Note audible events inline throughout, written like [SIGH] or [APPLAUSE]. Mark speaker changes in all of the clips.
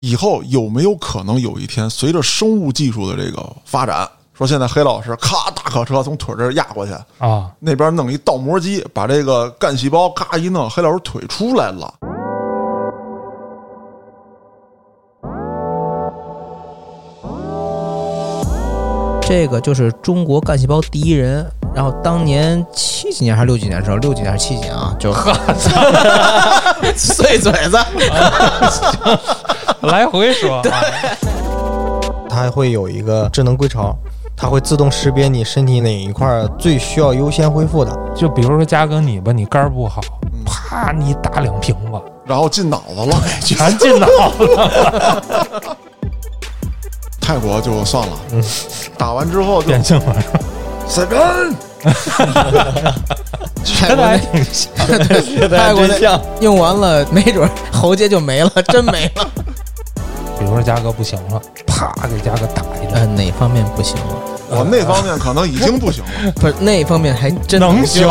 Speaker 1: 以后有没有可能有一天，随着生物技术的这个发展，说现在黑老师咔大卡车从腿这儿压过去，
Speaker 2: 啊，
Speaker 1: 那边弄一倒模机，把这个干细胞咔一弄，黑老师腿出来了。
Speaker 3: 这个就是中国干细胞第一人。然后当年七几年还是六几年的时候，六几年还是七几年啊？就 [LAUGHS] 碎嘴 [LAUGHS] 子，
Speaker 2: 来回 [LAUGHS] 说，
Speaker 4: 它会有一个智能归巢，它会自动识别你身体哪一块儿最需要优先恢复的。
Speaker 2: 就比如说嘉哥你吧，你肝儿不好，啪，你打两瓶子，
Speaker 1: 然后进脑子了，
Speaker 2: 全进脑了。
Speaker 1: 泰国就算了，打完之后就
Speaker 2: 点性反射，
Speaker 1: 塞根，
Speaker 3: 泰
Speaker 2: 真的
Speaker 3: 国
Speaker 2: 还
Speaker 3: 那
Speaker 2: 挺像。
Speaker 3: 泰国那用完了，没准儿喉结就没了， [LAUGHS] 真没了。
Speaker 2: [LAUGHS] 比如说嘉哥不行了，啪给嘉哥打一
Speaker 3: 呃，
Speaker 2: 针，
Speaker 3: 哪方面不行啊了？
Speaker 1: 我那方面可能已经不行了。
Speaker 3: 不是那方面还真
Speaker 2: 能
Speaker 3: 不
Speaker 2: 行？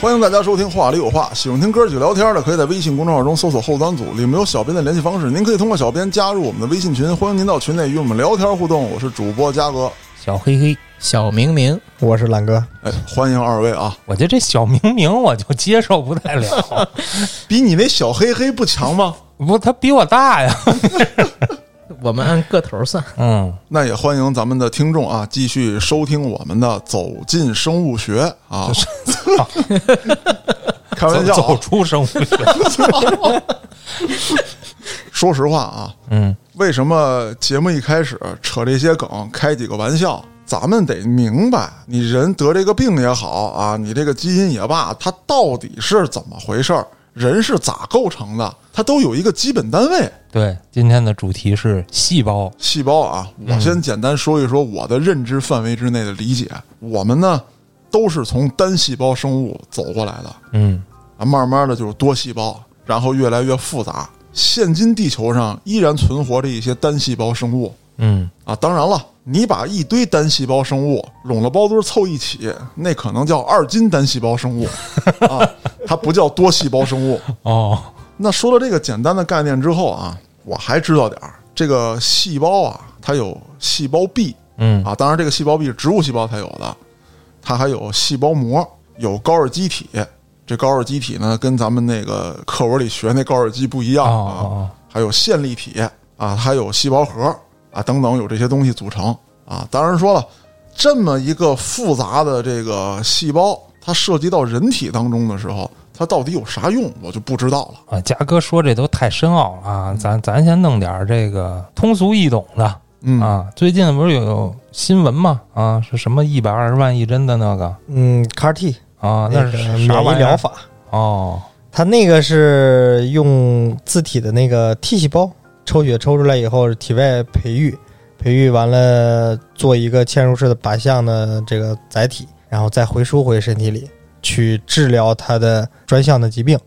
Speaker 1: 欢迎大家收听《话里有话》，喜欢听哥几个聊天的，可以在微信公众号中搜索“后端组”，里面有小编的联系方式，您可以通过小编加入我们的微信群，欢迎您到群内与我们聊天互动。我是主播嘉哥，
Speaker 2: 小黑黑，
Speaker 3: 小明明，
Speaker 4: 我是懒哥，
Speaker 1: 哎，欢迎二位啊，
Speaker 2: 我觉得这小明明我就接受不太了， [LAUGHS]
Speaker 1: 比你那小黑黑不强吗？
Speaker 2: 不，他比我大呀。
Speaker 3: 我们按个头算。
Speaker 2: 嗯，
Speaker 1: 那也欢迎咱们的听众啊，继续收听我们的《走进生物学》啊，开
Speaker 2: 走
Speaker 1: 玩笑
Speaker 2: 嗯走
Speaker 1: 啊、
Speaker 2: 出生物 [LAUGHS] 学。
Speaker 1: 说实话啊，
Speaker 2: 嗯，
Speaker 1: 为什么节目一开始扯这些梗，开几个玩笑？咱们得明白，你人得这个病也好啊，你这个基因也罢，它到底是怎么回事儿？人是咋构成的？它都有一个基本单位。
Speaker 2: 对，今天的主题是细胞。
Speaker 1: 细胞啊，我先简单说一说我的认知范围之内的理解。我们呢，都是从单细胞生物走过来的
Speaker 2: 嗯，
Speaker 1: 啊，慢慢的就是多细胞，然后越来越复杂。现今地球上依然存活着一些单细胞生物
Speaker 2: 嗯，
Speaker 1: 啊，当然了，你把一堆单细胞生物拢了包堆儿凑一起，那可能叫二斤单细胞生物啊，它不叫多细胞生物。
Speaker 2: 哦，
Speaker 1: 那说了这个简单的概念之后啊，我还知道点儿，这个细胞啊，它有细胞壁
Speaker 2: 嗯
Speaker 1: 啊，当然这个细胞壁是植物细胞才有的，它还有细胞膜，有高尔基体。这高尔基体呢，跟咱们那个课文里学那高尔基不一样
Speaker 2: 哦哦
Speaker 1: 啊
Speaker 2: 哦，
Speaker 1: 还有线粒体啊，还有细胞核啊等等，有这些东西组成啊。当然说了，这么一个复杂的这个细胞，它涉及到人体当中的时候，它到底有啥用，我就不知道了。
Speaker 2: 啊，嘉哥说这都太深奥了啊，咱咱先弄点儿这个通俗易懂的、
Speaker 1: 嗯
Speaker 2: 啊。最近不是有新闻吗？啊，是什么一百二十万一针的那个
Speaker 4: 嗯，CAR T
Speaker 2: 啊？
Speaker 4: 那
Speaker 2: 是
Speaker 4: 个
Speaker 2: 啥
Speaker 4: 免疫
Speaker 2: 玩意
Speaker 4: 疗
Speaker 2: 儿？
Speaker 4: 法，
Speaker 2: 哦，
Speaker 4: 它那个是用自体的那个 T 细胞抽血抽出来以后，体外培育，培育完了做一个嵌入式的靶向的这个载体，然后再回输回身体里去治疗它的专项的疾病，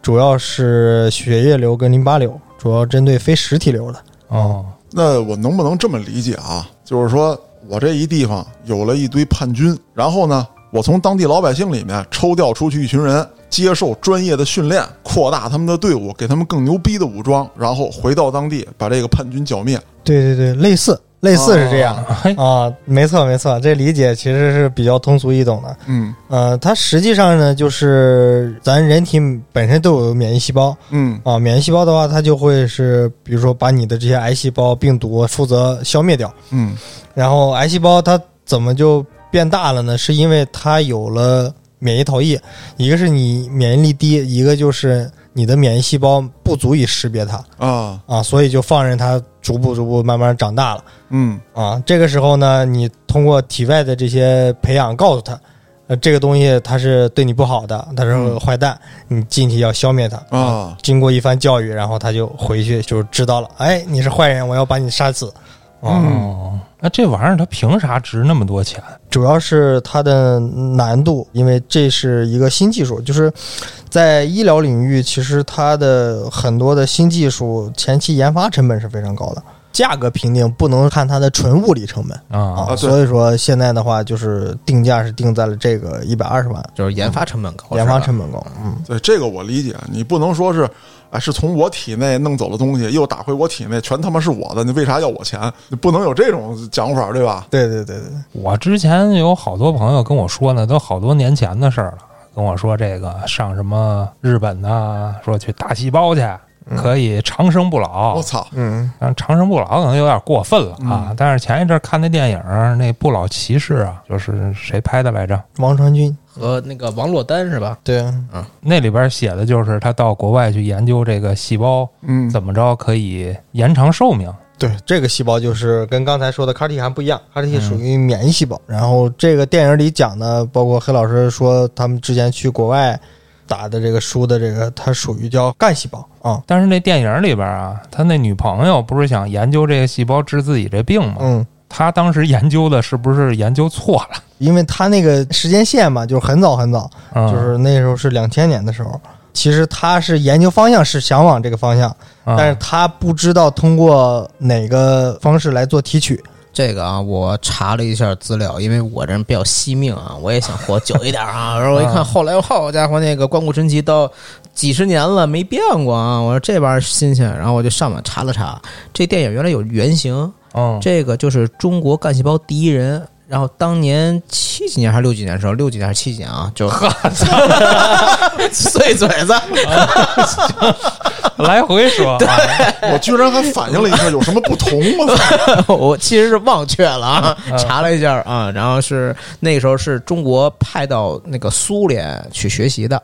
Speaker 4: 主要是血液瘤跟淋巴瘤，主要针对非实体瘤的。
Speaker 2: 哦，
Speaker 1: 那我能不能这么理解啊？就是说我这一地方有了一堆叛军，然后呢，我从当地老百姓里面抽调出去一群人，接受专业的训练，扩大他们的队伍，给他们更牛逼的武装，然后回到当地把这个叛军剿灭。
Speaker 4: 对对对，类似类似是这样
Speaker 2: 啊嘿，
Speaker 4: 啊，没错没错，这理解其实是比较通俗易懂的。
Speaker 1: 嗯
Speaker 4: 呃，它实际上呢，就是咱人体本身都有免疫细胞
Speaker 1: 嗯
Speaker 4: 啊，免疫细胞的话，它就会是比如说把你的这些癌细胞、病毒负责消灭掉。
Speaker 1: 嗯
Speaker 4: 然后癌细胞它怎么就变大了呢？是因为它有了免疫逃逸，一个是你免疫力低，一个就是你的免疫细胞不足以识别它
Speaker 1: 啊
Speaker 4: 啊，所以就放任它逐步逐步慢慢长大了。
Speaker 1: 嗯
Speaker 4: 啊，这个时候呢，你通过体外的这些培养，告诉他，呃，这个东西它是对你不好的，它是
Speaker 1: 嗯
Speaker 4: 坏蛋，你进去要消灭它。
Speaker 1: 啊
Speaker 4: 经过一番教育，然后他就回去就知道了，哎，你是坏人，我要把你杀死。
Speaker 2: 哦，那这玩意儿它凭啥值那么多钱？
Speaker 4: 主要是它的难度，因为这是一个新技术，就是在医疗领域，其实它的很多的新技术前期研发成本是非常高的，价格评定不能看它的纯物理成本
Speaker 2: 啊
Speaker 1: 啊对
Speaker 4: 所以说现在的话，就是定价是定在了这个一百二十万，
Speaker 3: 就是研发成本高，
Speaker 4: 研发
Speaker 3: 本
Speaker 4: 成本高，嗯，
Speaker 1: 对这个我理解，你不能说是啊，是从我体内弄走的东西又打回我体内，全他妈是我的，你为啥要我钱？你不能有这种讲法，对吧？
Speaker 4: 对对对对，
Speaker 2: 我之前有好多朋友跟我说呢，都好多年前的事儿了，跟我说这个上什么日本呐、说去打细胞去，可以长生不老。
Speaker 1: 我操，
Speaker 4: 嗯，
Speaker 2: 但长生不老可能有点过分了啊！但是前一阵看那电影儿，那《不老骑士》啊，就是谁拍的来着？
Speaker 4: 王传君，
Speaker 3: 和那个王珞丹是吧？
Speaker 4: 对，
Speaker 2: 那里边写的就是他到国外去研究这个细胞
Speaker 1: 嗯，
Speaker 2: 怎么着可以延长寿命。
Speaker 4: 对，这个细胞就是跟刚才说的 CAR T 还不一样，CAR T 属于免疫细胞。然后这个电影里讲的，包括黑老师说他们之前去国外打的这个输的这个，它属于叫干细胞啊。
Speaker 2: 但是那电影里边啊，他那女朋友不是想研究这个细胞治自己这病吗？
Speaker 4: 嗯，
Speaker 2: 他当时研究的是不是研究错了？
Speaker 4: 因为它那个时间线嘛，就是很早很早，
Speaker 2: 嗯、
Speaker 4: [LAUGHS] 就是那时候是两千年的时候。其实他是研究方向是想往这个方向，
Speaker 2: 嗯，
Speaker 4: 但是他不知道通过哪个方式来做提取。
Speaker 3: 这个啊，我查了一下资料，因为我这人比较惜命啊，我也想活久一点啊。然后我一看，后来好家伙，那个关谷神奇到几十年了没变过啊，我说这玩意儿新鲜。然后我就上网查了查，这电影原来有原型，
Speaker 2: 嗯，
Speaker 3: 这个 [LAUGHS] 就是中国干细胞第一人。然后当年七几年还是六几年的时候，六几年还是七几年啊？就碎嘴子，
Speaker 2: [LAUGHS] 来回说， [LAUGHS] 啊
Speaker 1: 我居然还反应了一下，有什么不同
Speaker 4: [LAUGHS]
Speaker 1: 吗？
Speaker 3: 我其实是忘却了啊，查了一下啊，然后是那个时候是中国派到那个苏联去学习的，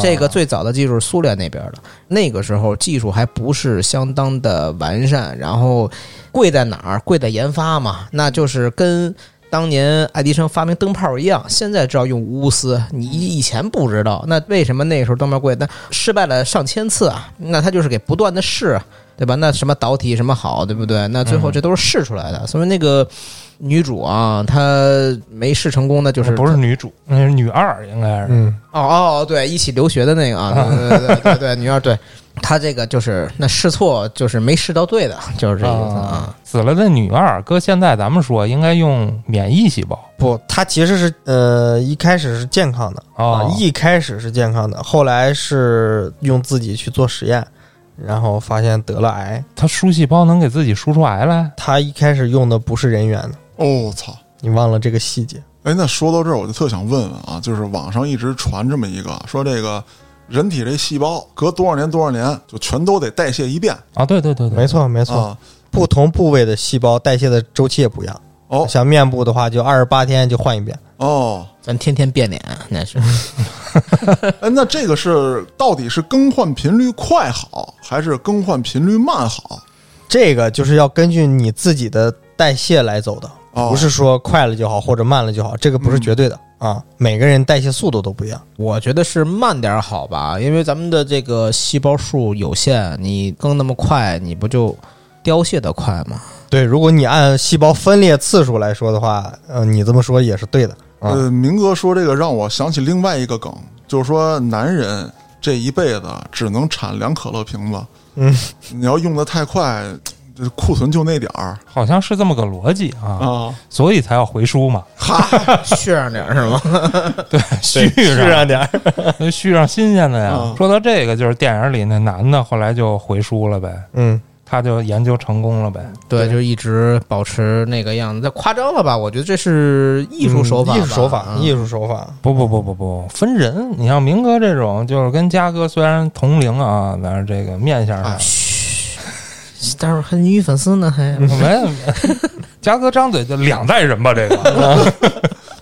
Speaker 3: 这个最早的技术是苏联那边的，那个时候技术还不是相当的完善，然后贵在哪儿？贵在研发嘛，那就是跟。当年爱迪生发明灯泡一样，现在知道用钨丝，你以前不知道，那为什么那时候灯泡贵？那失败了上千次啊，那他就是给不断的试啊，对吧？那什么导体什么好，对不对？那最后这都是试出来的，所以那个女主啊，她没试成功的就是
Speaker 2: 哦不是女主，那是女二应该是。
Speaker 4: 嗯，
Speaker 3: 哦哦，哦对，一起留学的那个啊，对对对对对，女二对，她这个就是那试错就是没试到对的，就是这意思啊。
Speaker 2: 死了的女二，搁现在咱们说应该用免疫细胞
Speaker 4: 不，它其实是呃一开始是健康的，啊
Speaker 2: 哦，，
Speaker 4: 一开始是健康的，后来是用自己去做实验，然后发现得了癌。
Speaker 2: 它输细胞能给自己输出癌来？
Speaker 4: 他一开始用的不是人源的，
Speaker 1: 哦，操！
Speaker 4: 你忘了这个细节。
Speaker 1: 哎，那说到这儿，我就特想问问啊，就是网上一直传这么一个，说这个人体这细胞隔多少年多少年就全都得代谢一遍
Speaker 2: 啊，对对对对，
Speaker 4: 没错，没错，
Speaker 1: 啊。
Speaker 4: 不同部位的细胞代谢的周期也不一样。
Speaker 1: 哦
Speaker 4: 像面部的话，就二十八天就换一遍。
Speaker 1: 哦，
Speaker 3: 咱天天变脸，那是
Speaker 1: 哎，那这个是到底是更换频率快好，还是更换频率慢好？
Speaker 4: 这个就是要根据你自己的代谢来走的，
Speaker 1: 哦
Speaker 4: 不是说快了就好或者慢了就好，这个不是绝对的、啊。每个人代谢速度都不一样。
Speaker 3: [LAUGHS] 我觉得是慢点儿好吧，因为咱们的这个细胞数有限，你更那么快，你不就凋谢的快 [LAUGHS] 吗？
Speaker 4: 对，如果你按细胞分裂次数来说的话，呃，你这么说也是对的。啊、
Speaker 1: 呃，明哥说这个让我想起另外一个梗，就是说男人这一辈子只能产两可乐瓶子，
Speaker 4: 嗯，
Speaker 1: 你要用的太快，这库存就那点儿
Speaker 2: 好像是这么个逻辑啊，
Speaker 1: 啊。
Speaker 2: 所以才要回输嘛，
Speaker 3: 续上点儿是吗？
Speaker 2: 续
Speaker 4: 是
Speaker 2: 上
Speaker 4: 啊，点
Speaker 2: [LAUGHS]
Speaker 4: 儿。
Speaker 2: 续上新鲜的呀
Speaker 1: 嗯。
Speaker 2: 说到这个，就是电影里那男的后来就回输了呗，
Speaker 4: 嗯，
Speaker 2: 他就研究成功了呗。
Speaker 3: [LAUGHS] 对，就一直保持那个样子，那夸张了吧？我觉得这是艺术手法吧，
Speaker 4: 艺术手法，
Speaker 3: 嗯
Speaker 4: 艺术手法。
Speaker 2: 不不不不不，分人。你像明哥这种，就是跟嘉哥虽然同龄啊，但是这个面相上、
Speaker 1: 哎
Speaker 3: 待会儿还女粉丝呢，还
Speaker 2: 没 [LAUGHS] 有。嘉哥张嘴就两代人吧，这个，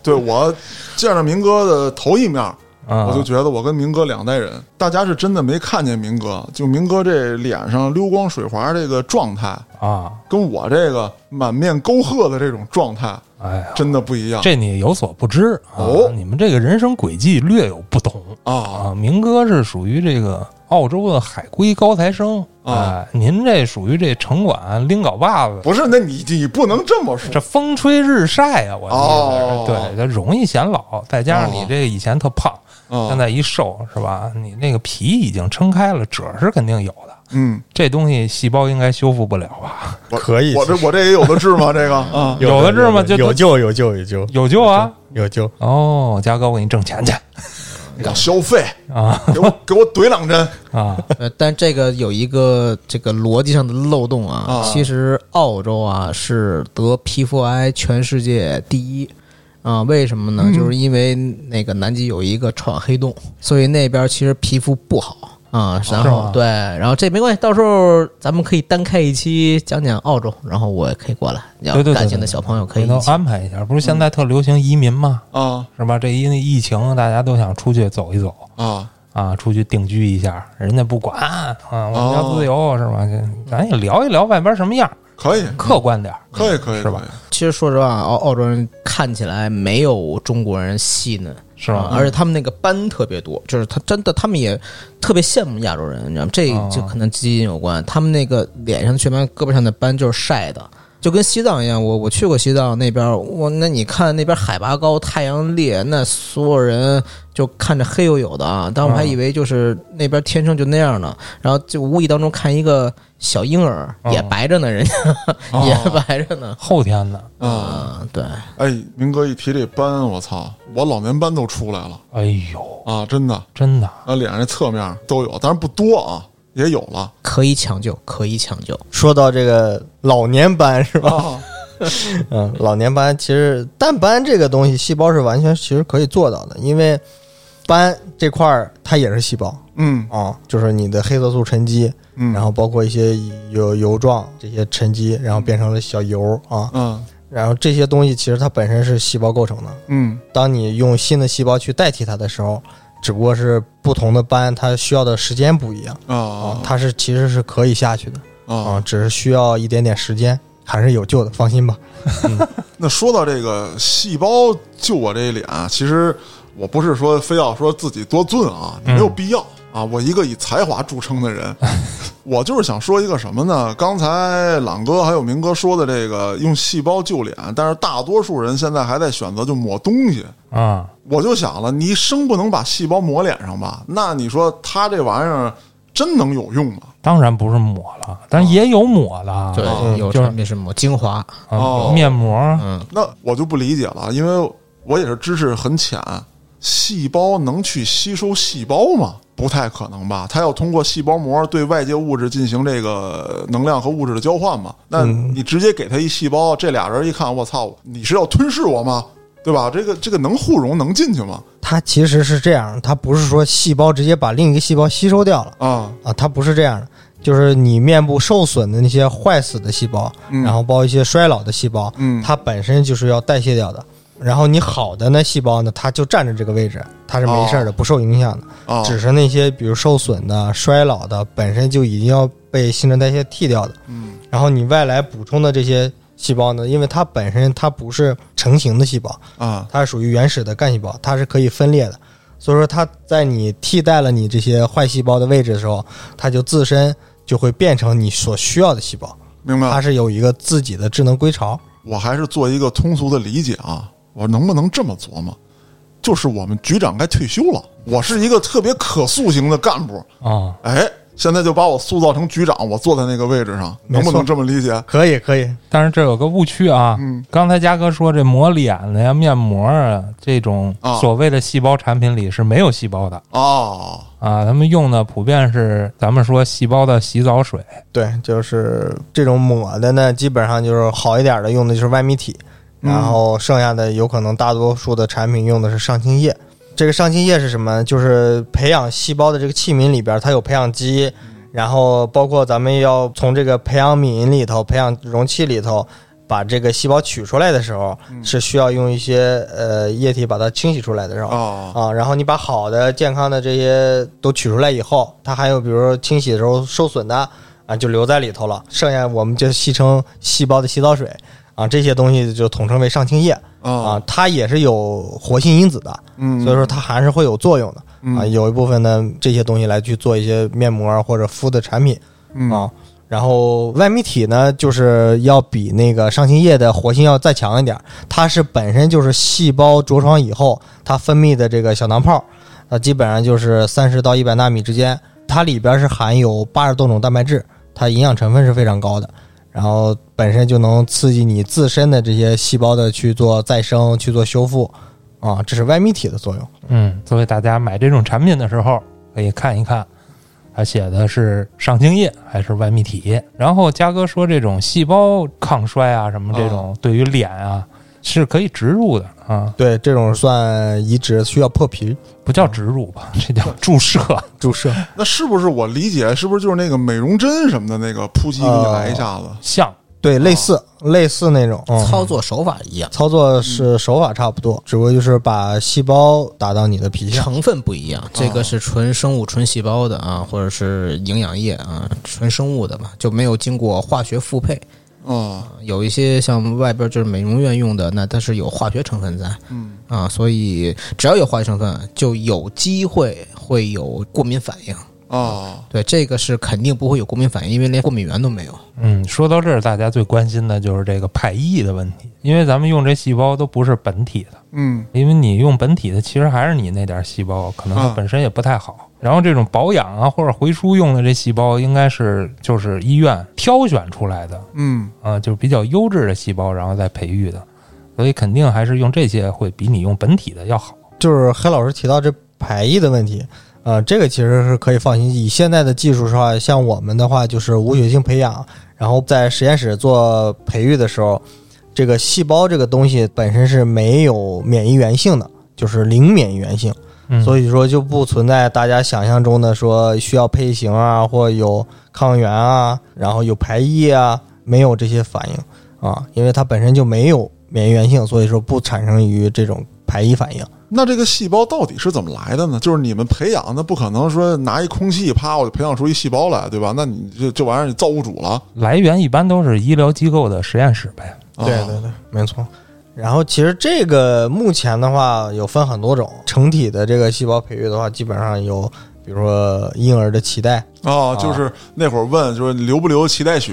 Speaker 1: 对我见着明哥的头一面，
Speaker 2: 啊，
Speaker 1: [LAUGHS] 我就觉得我跟明哥两代人，大家是真的没看见明哥，就明哥这脸上溜光水滑这个状态，
Speaker 2: 啊，
Speaker 1: 跟我这个满面沟壑的这种状态
Speaker 2: 哎呀，
Speaker 1: 真的不一样
Speaker 2: 这你有所不知啊
Speaker 1: 哦
Speaker 2: 你们这个人生轨迹略有不同
Speaker 1: 啊！
Speaker 2: 啊。明哥是属于这个澳洲的海归高材生
Speaker 1: 啊
Speaker 2: 哎您这属于这城管拎镐把子，
Speaker 1: 不是，那你你不能这么说
Speaker 2: 这风吹日晒呀、我
Speaker 1: 哦
Speaker 2: 觉得是对，它容易显老，再加上你
Speaker 1: 哦
Speaker 2: 这以前特胖，
Speaker 1: 啊。
Speaker 2: 现在一瘦是吧？你那个皮已经撑开了，褶是肯定有的，
Speaker 1: 嗯，
Speaker 2: 这东西细胞应该修复不了吧？ [LAUGHS]
Speaker 1: 我
Speaker 4: 可以
Speaker 1: 我这我这也有的治吗？这个啊，
Speaker 2: 有的
Speaker 4: 的
Speaker 2: 是吗就
Speaker 4: 有救有救有救
Speaker 2: 有救啊！
Speaker 4: 有救，
Speaker 2: 哦，嘉哥，我给你挣钱去
Speaker 1: 你敢消费，
Speaker 2: 啊
Speaker 1: 给我给我怼两针。
Speaker 2: 啊！
Speaker 3: 呃，但这个有一个这个逻辑上的漏洞啊。
Speaker 1: 啊
Speaker 3: 其实澳洲啊是得皮肤癌全世界第一啊，为什么
Speaker 2: 嗯
Speaker 3: 呢？就是因为那个南极有一个臭氧黑洞，所以那边其实皮肤不好啊。然
Speaker 2: 哦是
Speaker 3: 后
Speaker 2: 吗
Speaker 3: 对，然后这没关系，到时候咱们可以单开一期讲讲澳洲，然后我也可以过来，你要
Speaker 2: 对对对
Speaker 3: 感
Speaker 2: 对
Speaker 3: 兴趣的
Speaker 2: 对啊
Speaker 3: 小朋友可以
Speaker 2: 回头
Speaker 3: 一起。
Speaker 2: 安排一下，不
Speaker 1: 嗯
Speaker 2: 是现在特流行移民吗？
Speaker 1: 啊
Speaker 2: 是吧？这因为疫情，大家都想出去走一走
Speaker 1: 啊，
Speaker 2: 啊，出去定居一下，人家不管啊，我们要自由、
Speaker 3: 哦
Speaker 2: 是吧？这咱也聊一聊外边什么样，
Speaker 3: 嗯
Speaker 1: 可以，
Speaker 2: 客观点儿。
Speaker 1: 可以，可以，
Speaker 2: 是吧
Speaker 1: 可以？
Speaker 3: 其实说实话，澳澳洲人看起来没有中国人细嫩。
Speaker 2: 是吧
Speaker 3: 啊？而且他们那个班特别多，就是他真的，他们也特别羡慕亚洲人，你知道吗？这
Speaker 2: 啊
Speaker 3: 就可能基因有关。他们那个脸上的雀斑、胳膊上的斑就是晒的，就跟西藏一样。我我去过西藏那边，我那你看那边海拔高，太阳烈，那所有人就看着黑黝黝的啊。当时我还
Speaker 2: 啊
Speaker 3: 以为就是那边天生就那样的，然后就无意当中看一个小婴儿
Speaker 2: 啊
Speaker 3: 也白着呢，人家、
Speaker 1: 啊
Speaker 2: 哦
Speaker 3: [LAUGHS] 也白着呢。
Speaker 2: 后天的，
Speaker 1: 啊，
Speaker 3: 啊，对，
Speaker 1: 哎，明哥一提这斑，我操，我老年斑都出来了
Speaker 2: 哎呦，
Speaker 1: 啊！真的，
Speaker 2: 真的
Speaker 1: 啊，脸上这侧面都有，当然不多啊，也有了
Speaker 3: 可以抢救，可以抢救。
Speaker 4: 说到这个老年斑是吧？
Speaker 1: 啊。
Speaker 4: 嗯，老年斑其实淡斑这个东西，细胞是完全其实可以做到的，因为斑这块儿它也是细胞
Speaker 1: [LAUGHS] 嗯
Speaker 4: 啊，就是你的黑色素沉积，
Speaker 1: 嗯，
Speaker 4: 然后包括一些油油状这些沉积，然后变成了小油啊，
Speaker 1: 嗯
Speaker 4: 然后这些东西其实它本身是细胞构成的。
Speaker 1: 嗯
Speaker 4: 当你用新的细胞去代替它的时候，只不过是不同的斑它需要的时间不一样啊
Speaker 1: 啊，
Speaker 4: 它是其实是可以下去的啊，
Speaker 1: 啊！
Speaker 4: 只是需要一点点时间，还是有救的，放心吧。
Speaker 1: 那说到这个细胞，就我这脸，啊其实我不是说非要说自己多俊啊，没
Speaker 4: 嗯
Speaker 1: 有必要啊。我一个以才华著称的
Speaker 4: [LAUGHS]
Speaker 1: 人，我就是想说一个什么呢？刚才朗哥还有明哥说的这个用细胞救脸，但是大多数人现在还在选择就抹东西。
Speaker 2: 啊，
Speaker 1: 我就想了，你生不能把细胞抹脸上吧？那你说他这玩意儿真能有用吗？
Speaker 2: 当然不是抹了，但也有抹的啊，
Speaker 3: 哦对，有
Speaker 2: 就是
Speaker 3: 产品是抹精华，
Speaker 2: 啊
Speaker 1: 哦
Speaker 2: 面膜
Speaker 3: 嗯，
Speaker 1: 那我就不理解了，因为我也是知识很浅，细胞能去吸收细胞吗？不太可能吧？它要通过细胞膜对外界物质进行这个能量和物质的交换嘛？那你直接给它一细胞，这俩人一看，我操，你是要吞噬我吗？对吧？这个这个能互融能进去吗？
Speaker 4: 它其实是这样，它不是说细胞直接把另一个细胞吸收掉了
Speaker 1: 啊，
Speaker 4: 啊，它不是这样的，就是你面部受损的那些坏死的细胞，
Speaker 1: 嗯
Speaker 4: 然后包括一些衰老的细胞，
Speaker 1: 嗯
Speaker 4: 它本身就是要代谢掉的。然后你好的那细胞呢，它就占着这个位置，它是没事儿
Speaker 1: 哦
Speaker 4: 的，不受影响的。
Speaker 1: 啊，
Speaker 4: 只是那些比如受损的、衰老的，本身就已经要被新陈代谢替掉的。
Speaker 1: 嗯
Speaker 4: 然后你外来补充的这些细胞呢，因为它本身它不是成型的细胞，
Speaker 1: 啊
Speaker 4: 它是属于原始的干细胞，它是可以分裂的。所以说，它在你替代了你这些坏细胞的位置的时候，它就自身就会变成你所需要的细胞，
Speaker 1: 明白了
Speaker 4: 它。是有一个自己的智能归巢。
Speaker 1: 我还是做一个通俗的理解啊，我能不能这么琢磨？就是我们局长该退休了，我是一个特别可塑型的干部，
Speaker 3: 嗯
Speaker 2: 啊，
Speaker 1: 哎，现在就把我塑造成局长，我坐在那个位置上，
Speaker 4: 没
Speaker 1: 能
Speaker 4: 错
Speaker 1: 不能这么理解？
Speaker 4: 可以，可以，
Speaker 2: 但是这有个误区啊。
Speaker 1: 嗯
Speaker 2: 刚才嘉哥说这抹脸的呀、面膜啊，这种
Speaker 3: 哦
Speaker 1: 啊
Speaker 2: 所谓的细胞产品里是没有细胞的
Speaker 1: 哦，
Speaker 2: 啊，他们用的普遍是咱们说细胞的洗澡水
Speaker 4: 对，就是这种抹的呢，基本上就是好一点的用的就是外泌体，
Speaker 1: 嗯
Speaker 4: 然后剩下的有可能大多数的产品用的是上清液。这个上清液是什么？就是培养细胞的这个器皿里边，它有培养基，然后包括咱们要从这个培养皿里头、培养容器里头把这个细胞取出来的时候，是需要用一些呃液体把它清洗出来的，是吧？
Speaker 1: 哦，
Speaker 4: 啊，然后你把好的、健康的这些都取出来以后，它还有比如说清洗的时候受损的啊，就留在里头了。剩下我们就戏称细胞的洗澡水啊，这些东西就统称为上清液啊
Speaker 1: 啊，，
Speaker 4: 它也是有活性因子的，
Speaker 1: 嗯，
Speaker 4: 所以说它还是会有作用的
Speaker 1: 嗯
Speaker 4: 啊。有一部分呢这些东西来去做一些面膜啊或者敷的产品
Speaker 1: 嗯
Speaker 4: 啊。然后外泌体呢，就是要比那个上清液的活性要再强一点儿，它是本身就是细胞着床以后它分泌的这个小囊泡，啊，基本上就是三十到一百纳米之间，它里边是含有八十多种蛋白质，它营养成分是非常高的，然后本身就能刺激你自身的这些细胞的去做再生、去做修复，啊，这是外泌体的作用。
Speaker 2: 嗯，所以大家买这种产品的时候，可以看一看，它写的是上清液还是外泌体液。然后嘉哥说，这种细胞抗衰啊，什么这种，对于脸啊是可以植入的啊，
Speaker 4: 对，这种算移植需要破皮
Speaker 2: 不叫植入吧， [LAUGHS] 这叫注射。
Speaker 4: 注射，
Speaker 1: 那是不是我理解是不是就是那个美容针什么的那个扑击给
Speaker 4: 啊
Speaker 1: 你来一下子？
Speaker 2: 像
Speaker 4: 对，类似、类似那种、嗯
Speaker 3: 操作手法一样，
Speaker 4: 操作是手法差不多，只不过就是把细胞打到你的皮
Speaker 3: [LAUGHS]
Speaker 4: 下。
Speaker 3: 成分不一样，哦这个是纯生物、纯细胞的啊，或者是营养液啊，纯生物的嘛，就没有经过化学复配。
Speaker 1: 啊，
Speaker 3: 有一些像外边就是美容院用的，那它是有化学成分在
Speaker 1: 嗯
Speaker 3: 啊，所以只要有化学成分，就有机会会有过敏反应。
Speaker 1: 啊，
Speaker 3: 对，这个是肯定不会有过敏反应，因为连过敏源都没有。
Speaker 2: 嗯，说到这儿，大家最关心的就是这个排异的问题，因为咱们用这细胞都不是本体的，
Speaker 1: 嗯
Speaker 2: 因为你用本体的其实还是你那点儿细胞，可能它
Speaker 1: 啊
Speaker 2: 本身也不太好。然后这种保养啊或者回输用的这细胞，应该是就是医院挑选出来的，
Speaker 1: 嗯
Speaker 2: 啊，就是比较优质的细胞，然后再培育的，所以肯定还是用这些会比你用本体的要好。
Speaker 4: 就是黑老师提到这排异的问题，呃，这个其实是可以放心。以现在的技术的话，像我们的话就是无血性培养，然后在实验室做培育的时候，这个细胞这个东西本身是没有免疫原性的，就是零免疫原性，
Speaker 2: 嗯
Speaker 4: 所以说就不存在大家想象中的说需要配型啊，或有抗原啊，然后有排异啊，没有这些反应啊，因为它本身就没有免疫原性，所以说不产生于这种排异反应。
Speaker 1: 那这个细胞到底是怎么来的呢？就是你们培养，那不可能说拿一空气，啪，我就培养出一细胞来，对吧？那你这这玩意儿你造物主了。
Speaker 2: 来源一般都是医疗机构的实验室呗。
Speaker 1: 啊
Speaker 4: 对对对，没错。然后其实这个目前的话有分很多种，成体的这个细胞培育的话，基本上有，比如说婴儿的脐带
Speaker 1: 哦，
Speaker 4: 啊
Speaker 1: 就是那会儿问，就是流不流脐带血？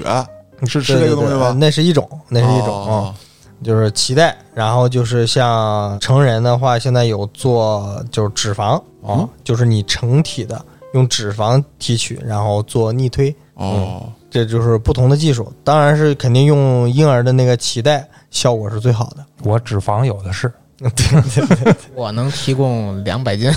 Speaker 1: 是是这个东西
Speaker 4: 吧？
Speaker 1: 吗
Speaker 4: 呃那是一种，那是一种啊、
Speaker 1: 哦
Speaker 4: 就是脐带。然后就是像成人的话，现在有做就是脂肪啊、
Speaker 1: 嗯
Speaker 4: 就是你成体的用脂肪提取，然后做逆推，
Speaker 1: 哦，
Speaker 4: 这就是不同的技术。当然是肯定用婴儿的那个脐带效果是最好的。
Speaker 2: 我脂肪有的是，
Speaker 4: 对对对。
Speaker 3: 我能提供两百斤，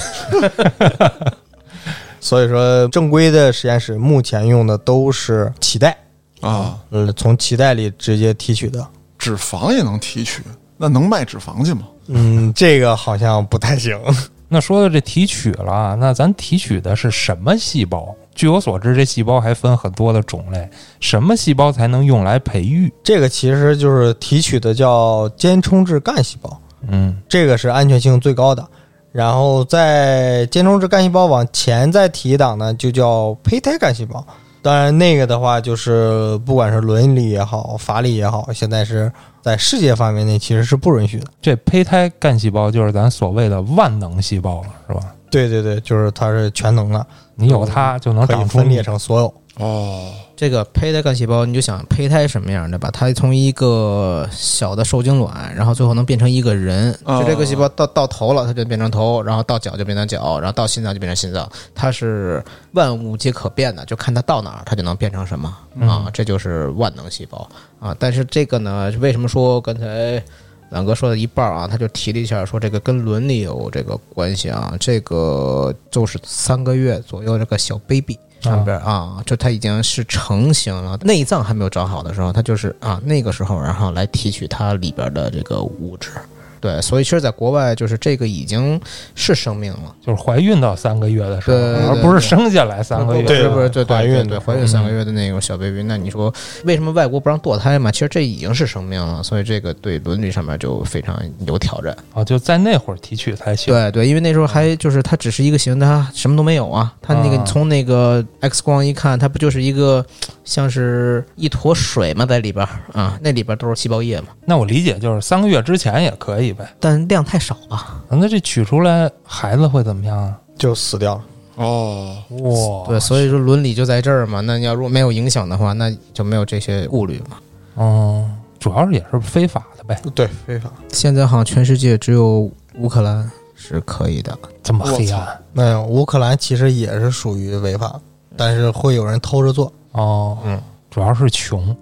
Speaker 4: 所以说，正规的实验室目前用的都是脐带，
Speaker 1: 啊，
Speaker 4: 呃，从脐带里直接提取的。
Speaker 1: 脂肪也能提取，那能卖脂肪去吗？
Speaker 4: 嗯，这个好像不太行。 [LAUGHS]
Speaker 2: 那说到这提取了啊，那咱提取的是什么细胞？据我所知，这细胞还分很多的种类，什么细胞才能用来培育？
Speaker 4: 这个其实就是提取的叫间充质干细胞，
Speaker 2: 嗯
Speaker 4: 这个是安全性最高的。然后在间充质干细胞往前再提一档呢，就叫胚胎干细胞。当然，那个的话就是不管是伦理也好，法理也好，现在是在世界范围内其实是不允许的。
Speaker 2: 这胚胎干细胞就是咱所谓的万能细胞了，是吧？
Speaker 4: 对对对，就是它是全能的，
Speaker 2: 你有它就能
Speaker 4: 可以
Speaker 2: 长出
Speaker 4: 分
Speaker 2: 你
Speaker 4: 裂。成所有。
Speaker 1: 哦，
Speaker 3: 这个胚胎干细胞，你就想胚胎什么样的吧？它从一个小的受精卵，然后最后能变成一个人。
Speaker 1: 哦
Speaker 3: 就这个细胞到到头了，它就变成头；然后到脚就变成脚；然后到心脏就变成心脏。它是万物皆可变的，就看它到哪儿，它就能变成什么
Speaker 2: 嗯
Speaker 3: 啊！这就是万能细胞啊！但是这个呢，为什么说刚才？朗哥说的一半儿啊，他就提了一下，说这个跟伦理有这个关系啊。这个就是三个月左右这个小 baby 上边儿啊，就它已经是成型了，内脏还没有长好的时候，它就是啊那个时候，然后来提取它里边的这个物质对，所以其实，在国外就是这个已经是生命了，
Speaker 2: 就是怀孕到三个月的时候，
Speaker 3: 对对对
Speaker 2: 而不是生下来三个月。
Speaker 4: 不对
Speaker 3: 是不是？对对
Speaker 4: 怀孕
Speaker 3: 对
Speaker 4: 的
Speaker 3: 对，
Speaker 4: 时候
Speaker 3: 怀孕三个月的那种小 baby，那你说为什么外国不让堕胎嘛？其实这已经是生命了，所以这个对伦理上面就非常有挑战。
Speaker 2: 啊，就在那会儿提取才行。
Speaker 3: 对对，因为那时候还就是它只是一个形，它什么都没有啊。它那个
Speaker 2: 啊
Speaker 3: 从那个 X 光一看，它不就是一个像是一坨水嘛，在里边儿啊，那里边都是细胞液嘛，
Speaker 2: 那我理解就是三个月之前也可以呗。
Speaker 3: 但量太少了。
Speaker 2: 那这取出来孩子会怎么样啊？
Speaker 4: 就死掉了。
Speaker 1: 哦，
Speaker 2: 哇，
Speaker 3: 对，所以说伦理就在这儿嘛。那你要如果没有影响的话，那就没有这些顾虑嘛。
Speaker 2: 嗯，主要是也是非法的呗，
Speaker 4: 对，非法。
Speaker 3: 现在好像全世界只有乌克兰是可以的。
Speaker 2: 这么黑暗
Speaker 4: 没有，乌克兰其实也是属于违法，但是会有人偷着做。
Speaker 2: 哦。
Speaker 3: 嗯，
Speaker 2: 主要是穷。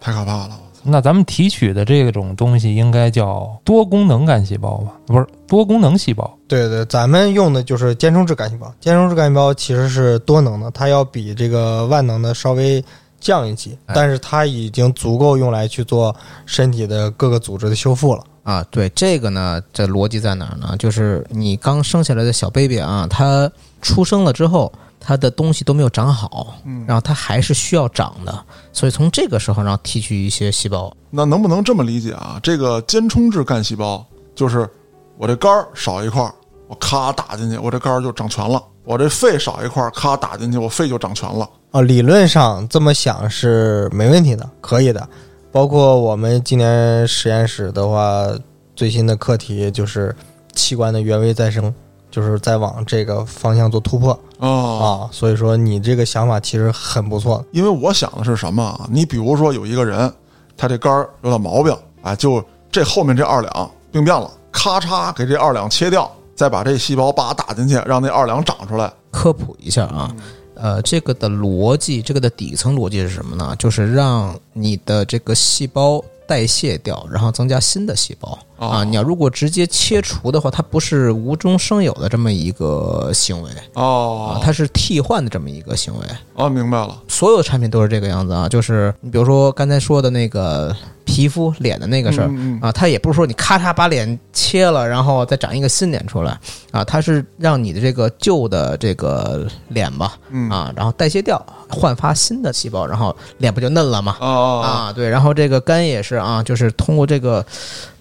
Speaker 1: 太可怕了！
Speaker 2: 那咱们提取的这种东西应该叫多功能干细胞吧？不是多功能细胞
Speaker 4: 对对，咱们用的就是间充质干细胞。间充质干细胞其实是多能的，它要比这个万能的稍微降一级，
Speaker 3: 哎
Speaker 4: 但是它已经足够用来去做身体的各个组织的修复了。
Speaker 3: 啊，对这个呢，这逻辑在哪儿呢？就是你刚生下来的小 baby 啊，他出生了之后，他的东西都没有长好，
Speaker 1: 嗯
Speaker 3: 然后他还是需要长的，所以从这个时候，然后提取一些细胞，
Speaker 1: 那能不能这么理解啊？这个间充质干细胞就是我这肝儿少一块儿，我咔打进去，我这肝儿就长全了；我这肺少一块儿，咔打进去，我肺就长全了。
Speaker 4: 啊，理论上这么想是没问题的，可以的。包括我们今年实验室的话，最新的课题就是器官的原位再生，就是在往这个方向做突破
Speaker 1: 哦，
Speaker 4: 啊。所以说，你这个想法其实很不错的。
Speaker 1: 因为我想的是什么啊？你比如说有一个人，他这肝儿有点毛病，哎，就这后面这二两病变了，咔嚓给这二两切掉，再把这细胞叭打进去，让那二两长出来。
Speaker 3: 科普一下啊。
Speaker 1: 嗯
Speaker 3: 呃，这个的逻辑，这个的底层逻辑是什么呢？就是让你的这个细胞代谢掉，然后增加新的细胞
Speaker 1: 哦
Speaker 3: 啊。你要如果直接切除的话，它不是无中生有的这么一个行为啊
Speaker 1: 哦，
Speaker 3: 它是替换的这么一个行为。
Speaker 1: 哦，明白了。
Speaker 3: 所有产品都是这个样子啊，就是你比如说刚才说的那个皮肤脸的那个事儿、
Speaker 1: 嗯嗯
Speaker 3: 啊，它也不是说你咔嚓把脸切了，然后再长一个新脸出来啊，它是让你的这个旧的这个脸吧
Speaker 1: 嗯
Speaker 3: 啊，然后代谢掉，焕发新的细胞，然后脸不就嫩了吗？
Speaker 1: 哦哦，
Speaker 3: 啊，对，然后这个肝也是啊，就是通过这个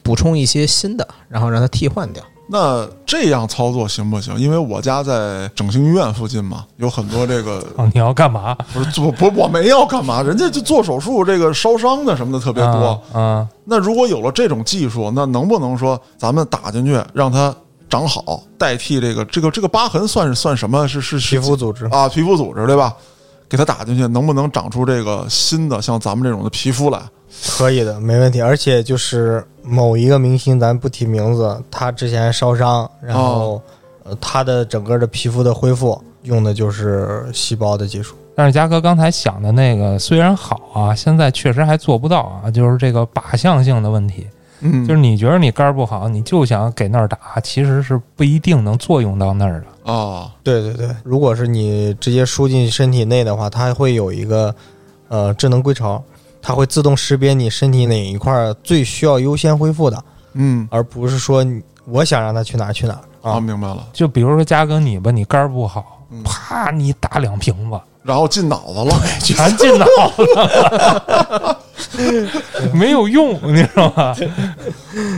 Speaker 3: 补充一些新的，然后让它替换掉。
Speaker 1: 那这样操作行不行？因为我家在整形医院附近嘛，有很多这
Speaker 4: [LAUGHS]
Speaker 1: 个
Speaker 2: 啊，你要干嘛？
Speaker 1: 不是做不我没要干嘛，人家就做手术，这个烧伤的什么的特别多。
Speaker 2: 啊啊，
Speaker 1: 那如果有了这种技术，那能不能说咱们打进去让它长好，代替这个这个这个疤痕算是算什么？是是是
Speaker 4: 皮肤组织
Speaker 1: 啊，皮肤组织对吧？给它打进去，能不能长出这个新的像咱们这种的皮肤来？
Speaker 4: 可以的，没问题。而且就是某一个明星，咱不提名字，他之前烧伤，然后、呃他的整个的皮肤的恢复用的就是细胞的技术。
Speaker 2: 但是嘉哥刚才想的那个虽然好啊，现在确实还做不到啊，就是这个靶向性的问题，
Speaker 1: 嗯，
Speaker 2: 就是你觉得你肝儿不好，你就想给那儿打，其实是不一定能作用到那儿的。
Speaker 1: 啊，
Speaker 4: 对对对，如果是你直接输进身体内的话，它会有一个呃智能归巢，它会自动识别你身体哪一块儿最需要优先恢复的，
Speaker 1: 嗯
Speaker 4: 而不是说你我想让它去哪儿去哪儿
Speaker 1: 啊，
Speaker 4: 啊。
Speaker 1: 明白了，
Speaker 2: 就比如说嘉哥你吧，你肝儿不好
Speaker 1: 嗯，
Speaker 2: 啪，你打两瓶子，
Speaker 1: 然后进脑子
Speaker 4: [LAUGHS]
Speaker 1: 了，
Speaker 2: 全进脑子了， [LAUGHS] 没有用，你知道吗？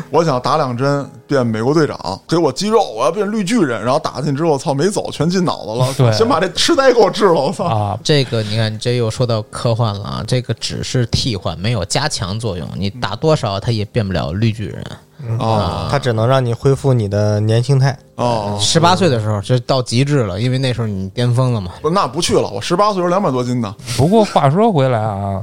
Speaker 1: 我想打两针变美国队长，给我肌肉，我要变绿巨人，然后打进之后，操，没走，全进脑子了。
Speaker 2: 对
Speaker 1: 先把这痴呆给我治了，我操！
Speaker 2: 啊，
Speaker 3: 这个你看，这又说到科幻了啊！这个只是替换，没有加强作用。你打多少，它也变不了绿巨人。
Speaker 1: 哦
Speaker 4: 它只能让你恢复你的年轻态。
Speaker 1: 哦，
Speaker 3: 十八岁的时候，这到极致了，因为那时候你巅峰了嘛。
Speaker 1: 不那不去了，我十八岁时两百多斤呢。
Speaker 2: 不过话说回来啊，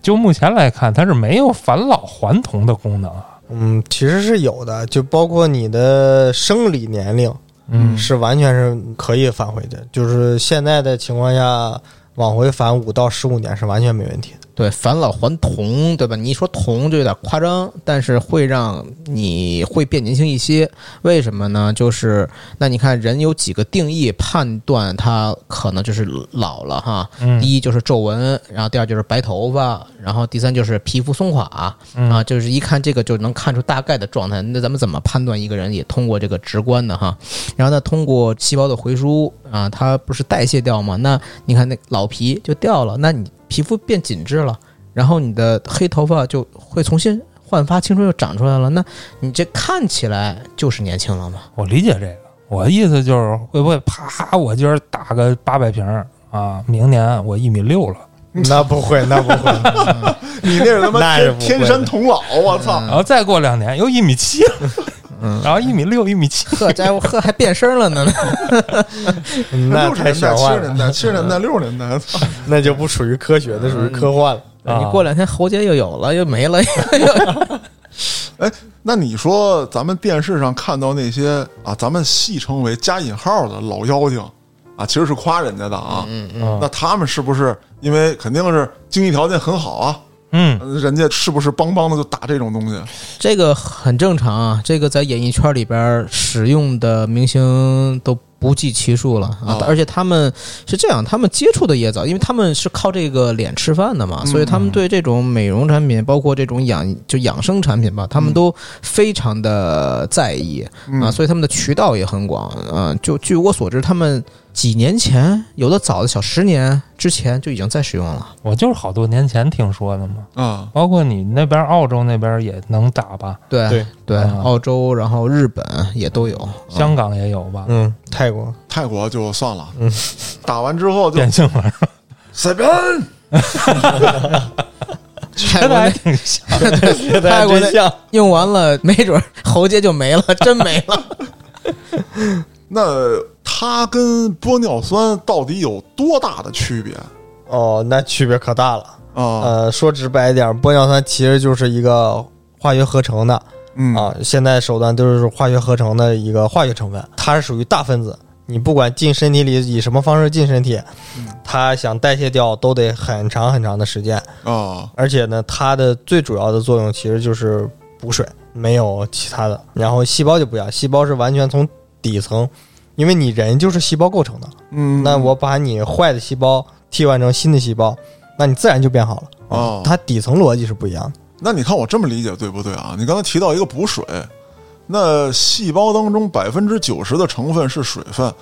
Speaker 2: 就目前来看，它是没有返老还童的功能啊。
Speaker 4: 嗯，其实是有的，就包括你的生理年龄
Speaker 2: 嗯
Speaker 4: 是完全是可以返回的，就是现在的情况下往回返五到十五年是完全没问题的。
Speaker 3: 对返老还童，对吧？你一说童就有点夸张，但是会让你会变年轻一些。为什么呢？就是那你看人有几个定义判断他可能就是老了哈。
Speaker 2: 嗯
Speaker 3: 第一就是皱纹，然后第二就是白头发，然后第三就是皮肤松垮啊，
Speaker 2: 嗯
Speaker 3: 就是一看这个就能看出大概的状态。那咱们怎么判断一个人也通过这个直观的哈？然后呢，通过细胞的回输啊，它不是代谢掉吗？那你看那老皮就掉了，那你皮肤变紧致了，然后你的黑头发就会重新焕发青春，又长出来了。那你这看起来就是年轻了嘛？
Speaker 2: 我理解这个。我的意思就是，会不会啪，我今儿打个八百瓶儿啊，明年我一米六了，
Speaker 4: 那不会，那不 [LAUGHS] 会，
Speaker 1: 你那是他妈
Speaker 4: 那是
Speaker 1: 天
Speaker 4: 不会的嗯
Speaker 1: 天山童姥，我操！
Speaker 2: 然后再过两年又一米七了，
Speaker 3: 嗯
Speaker 2: [LAUGHS] 然后一米六、一米七，
Speaker 3: 呵，家伙呵还变声了呢，
Speaker 4: 那
Speaker 1: 六十
Speaker 4: 太
Speaker 1: 年代、
Speaker 4: 玄
Speaker 1: 七
Speaker 4: 幻
Speaker 1: 十年
Speaker 4: 了，
Speaker 1: 代、七十年代、六十年代，操
Speaker 4: [LAUGHS] 那就不属于科学，那属于科幻了。
Speaker 2: [LAUGHS] 啊
Speaker 3: 你过两天喉结又有了，又没了，
Speaker 1: 那你说咱们电视上看到那些啊，咱们戏称为加引号的老妖精啊，其实是夸人家的啊。
Speaker 2: 嗯
Speaker 1: 那他们是不是因为肯定是经济条件很好啊？
Speaker 2: 嗯，
Speaker 1: 人家是不是邦邦的就打这种东西？
Speaker 3: 这个很正常啊。这个在演艺圈里边使用的明星都不计其数了啊
Speaker 1: 哦，
Speaker 3: 而且他们是这样，他们接触的也早，因为他们是靠这个脸吃饭的嘛，
Speaker 1: 嗯
Speaker 3: 所以他们对这种美容产品，包括这种养就养生产品吧，他们都非常的在意啊，
Speaker 1: 嗯，
Speaker 3: 所以他们的渠道也很广啊。就据我所知，他们几年前有的早的小十年之前就已经在使用了。
Speaker 2: 我就是好多年前听说的嘛，
Speaker 1: 啊，
Speaker 2: 包括你那边澳洲那边也能打吧，
Speaker 3: 对
Speaker 4: 对
Speaker 1: 哦
Speaker 2: 啊
Speaker 3: 澳洲然后日本也都有。
Speaker 2: 香港也有吧，
Speaker 4: 嗯，泰 [LAUGHS] 国
Speaker 1: 泰国就算了，
Speaker 4: 嗯
Speaker 1: 打完之后就
Speaker 2: 变性了，
Speaker 1: 随便。
Speaker 3: 泰
Speaker 2: 真的还
Speaker 3: 国那
Speaker 2: 挺像。
Speaker 3: [LAUGHS] 泰国那
Speaker 4: [LAUGHS] 像
Speaker 3: 用完了，没准儿喉结就 [LAUGHS] 没了，真没了。
Speaker 1: 那它跟玻尿酸到底有多大的区别
Speaker 4: 哦，那区别可大了。
Speaker 1: 啊？
Speaker 4: 呃，说直白一点，玻尿酸其实就是一个化学合成的
Speaker 1: 嗯
Speaker 4: 啊，现在手段都是化学合成的一个化学成分，它是属于大分子。你不管进身体里以什么方式进身体
Speaker 1: 嗯，
Speaker 4: 它想代谢掉都得很长很长的时间。
Speaker 1: 啊，
Speaker 4: 而且呢，它的最主要的作用其实就是补水，没有其他的。然后细胞就不一样，细胞是完全从底层，因为你人就是细胞构成的。
Speaker 1: 嗯，
Speaker 4: 那我把你坏的细胞替换成新的细胞，那你自然就变好了。
Speaker 1: 哦
Speaker 4: 它底层逻辑是不一样的。
Speaker 1: 那你看我这么理解对不对啊？你刚才提到一个补水，那细胞当中百分之九十的成分是水分，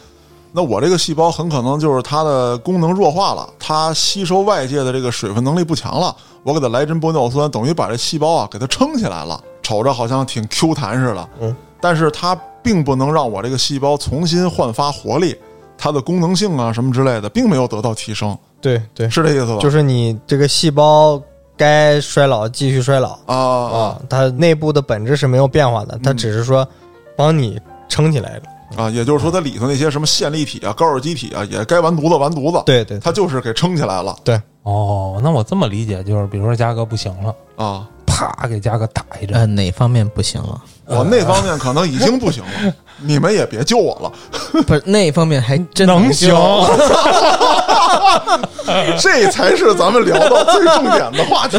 Speaker 1: 那我这个细胞很可能就是它的功能弱化了，它吸收外界的这个水分能力不强了，我给它来针玻尿酸，等于把这细胞啊给它撑起来了，瞅着好像挺 Q 弹似的，
Speaker 4: 嗯，
Speaker 1: 但是它并不能让我这个细胞重新焕发活力，它的功能性啊什么之类的并没有得到提升，
Speaker 4: 对对，
Speaker 1: 是这意思吧？
Speaker 4: 就是是你这个细胞该衰老继续衰老
Speaker 1: 啊啊
Speaker 4: 啊，它内部的本质是没有变化的，它
Speaker 1: 嗯
Speaker 4: 只是说帮你撑起来了。
Speaker 1: 啊，也就是说它里头那些什么线粒体啊、高尔基体啊，也该完犊子完犊子，
Speaker 4: 对对，
Speaker 1: 它就是给撑起来了
Speaker 2: [LAUGHS] 哦，那我这么理解就是，比如说嘉哥不行了，
Speaker 1: 啊。
Speaker 2: 啪给嘉哥打一
Speaker 3: 呃，
Speaker 2: 针，
Speaker 3: 哪方面不行了？
Speaker 1: 我那方面可能已经不行了，你们也别救我了。
Speaker 3: 不是那方面还真
Speaker 2: 能
Speaker 3: 行
Speaker 2: 行？
Speaker 1: 这才是咱们聊到最重点的话题，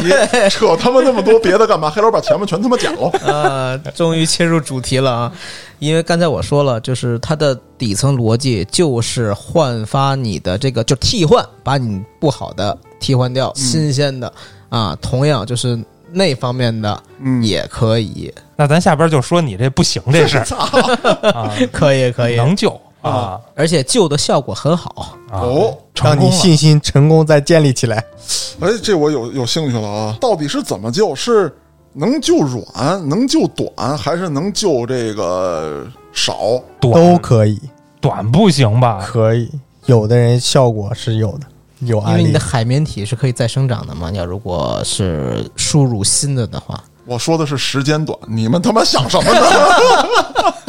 Speaker 1: 扯他妈那么多别的干嘛？黑老板前面全他妈讲了。
Speaker 3: 啊，终于切入主题了啊！因为刚才我说了，就是它的底层逻辑就是焕发你的这个，就替换，把你不好的替换掉，新鲜的啊，同样就是那方面的
Speaker 1: 嗯，
Speaker 3: 也可以，
Speaker 2: [LAUGHS] 那咱下边就说你这不行这
Speaker 3: [LAUGHS]
Speaker 2: 事儿啊，
Speaker 3: 可以，可以，
Speaker 2: 能救啊
Speaker 3: 而且救的效果很好。
Speaker 2: 啊，
Speaker 1: 哦，
Speaker 2: 成
Speaker 4: 让
Speaker 2: 功
Speaker 4: 你
Speaker 2: 了。
Speaker 4: 信心成功再建立起来。
Speaker 1: 哎，这我有有兴趣了啊！到底是怎么救？是能救软，能救短，还是能救这个少？
Speaker 4: 都
Speaker 2: 短
Speaker 4: 可以，
Speaker 2: 短不行 [LAUGHS] 吧？
Speaker 4: 可以。有的人效果是有的，有
Speaker 3: 因
Speaker 4: 案
Speaker 3: 为你
Speaker 4: 例
Speaker 3: 的。海绵体是可以再生长的嘛，你要如果是输入新的的话，
Speaker 1: 我说的是时间短，你们他妈想什么呢？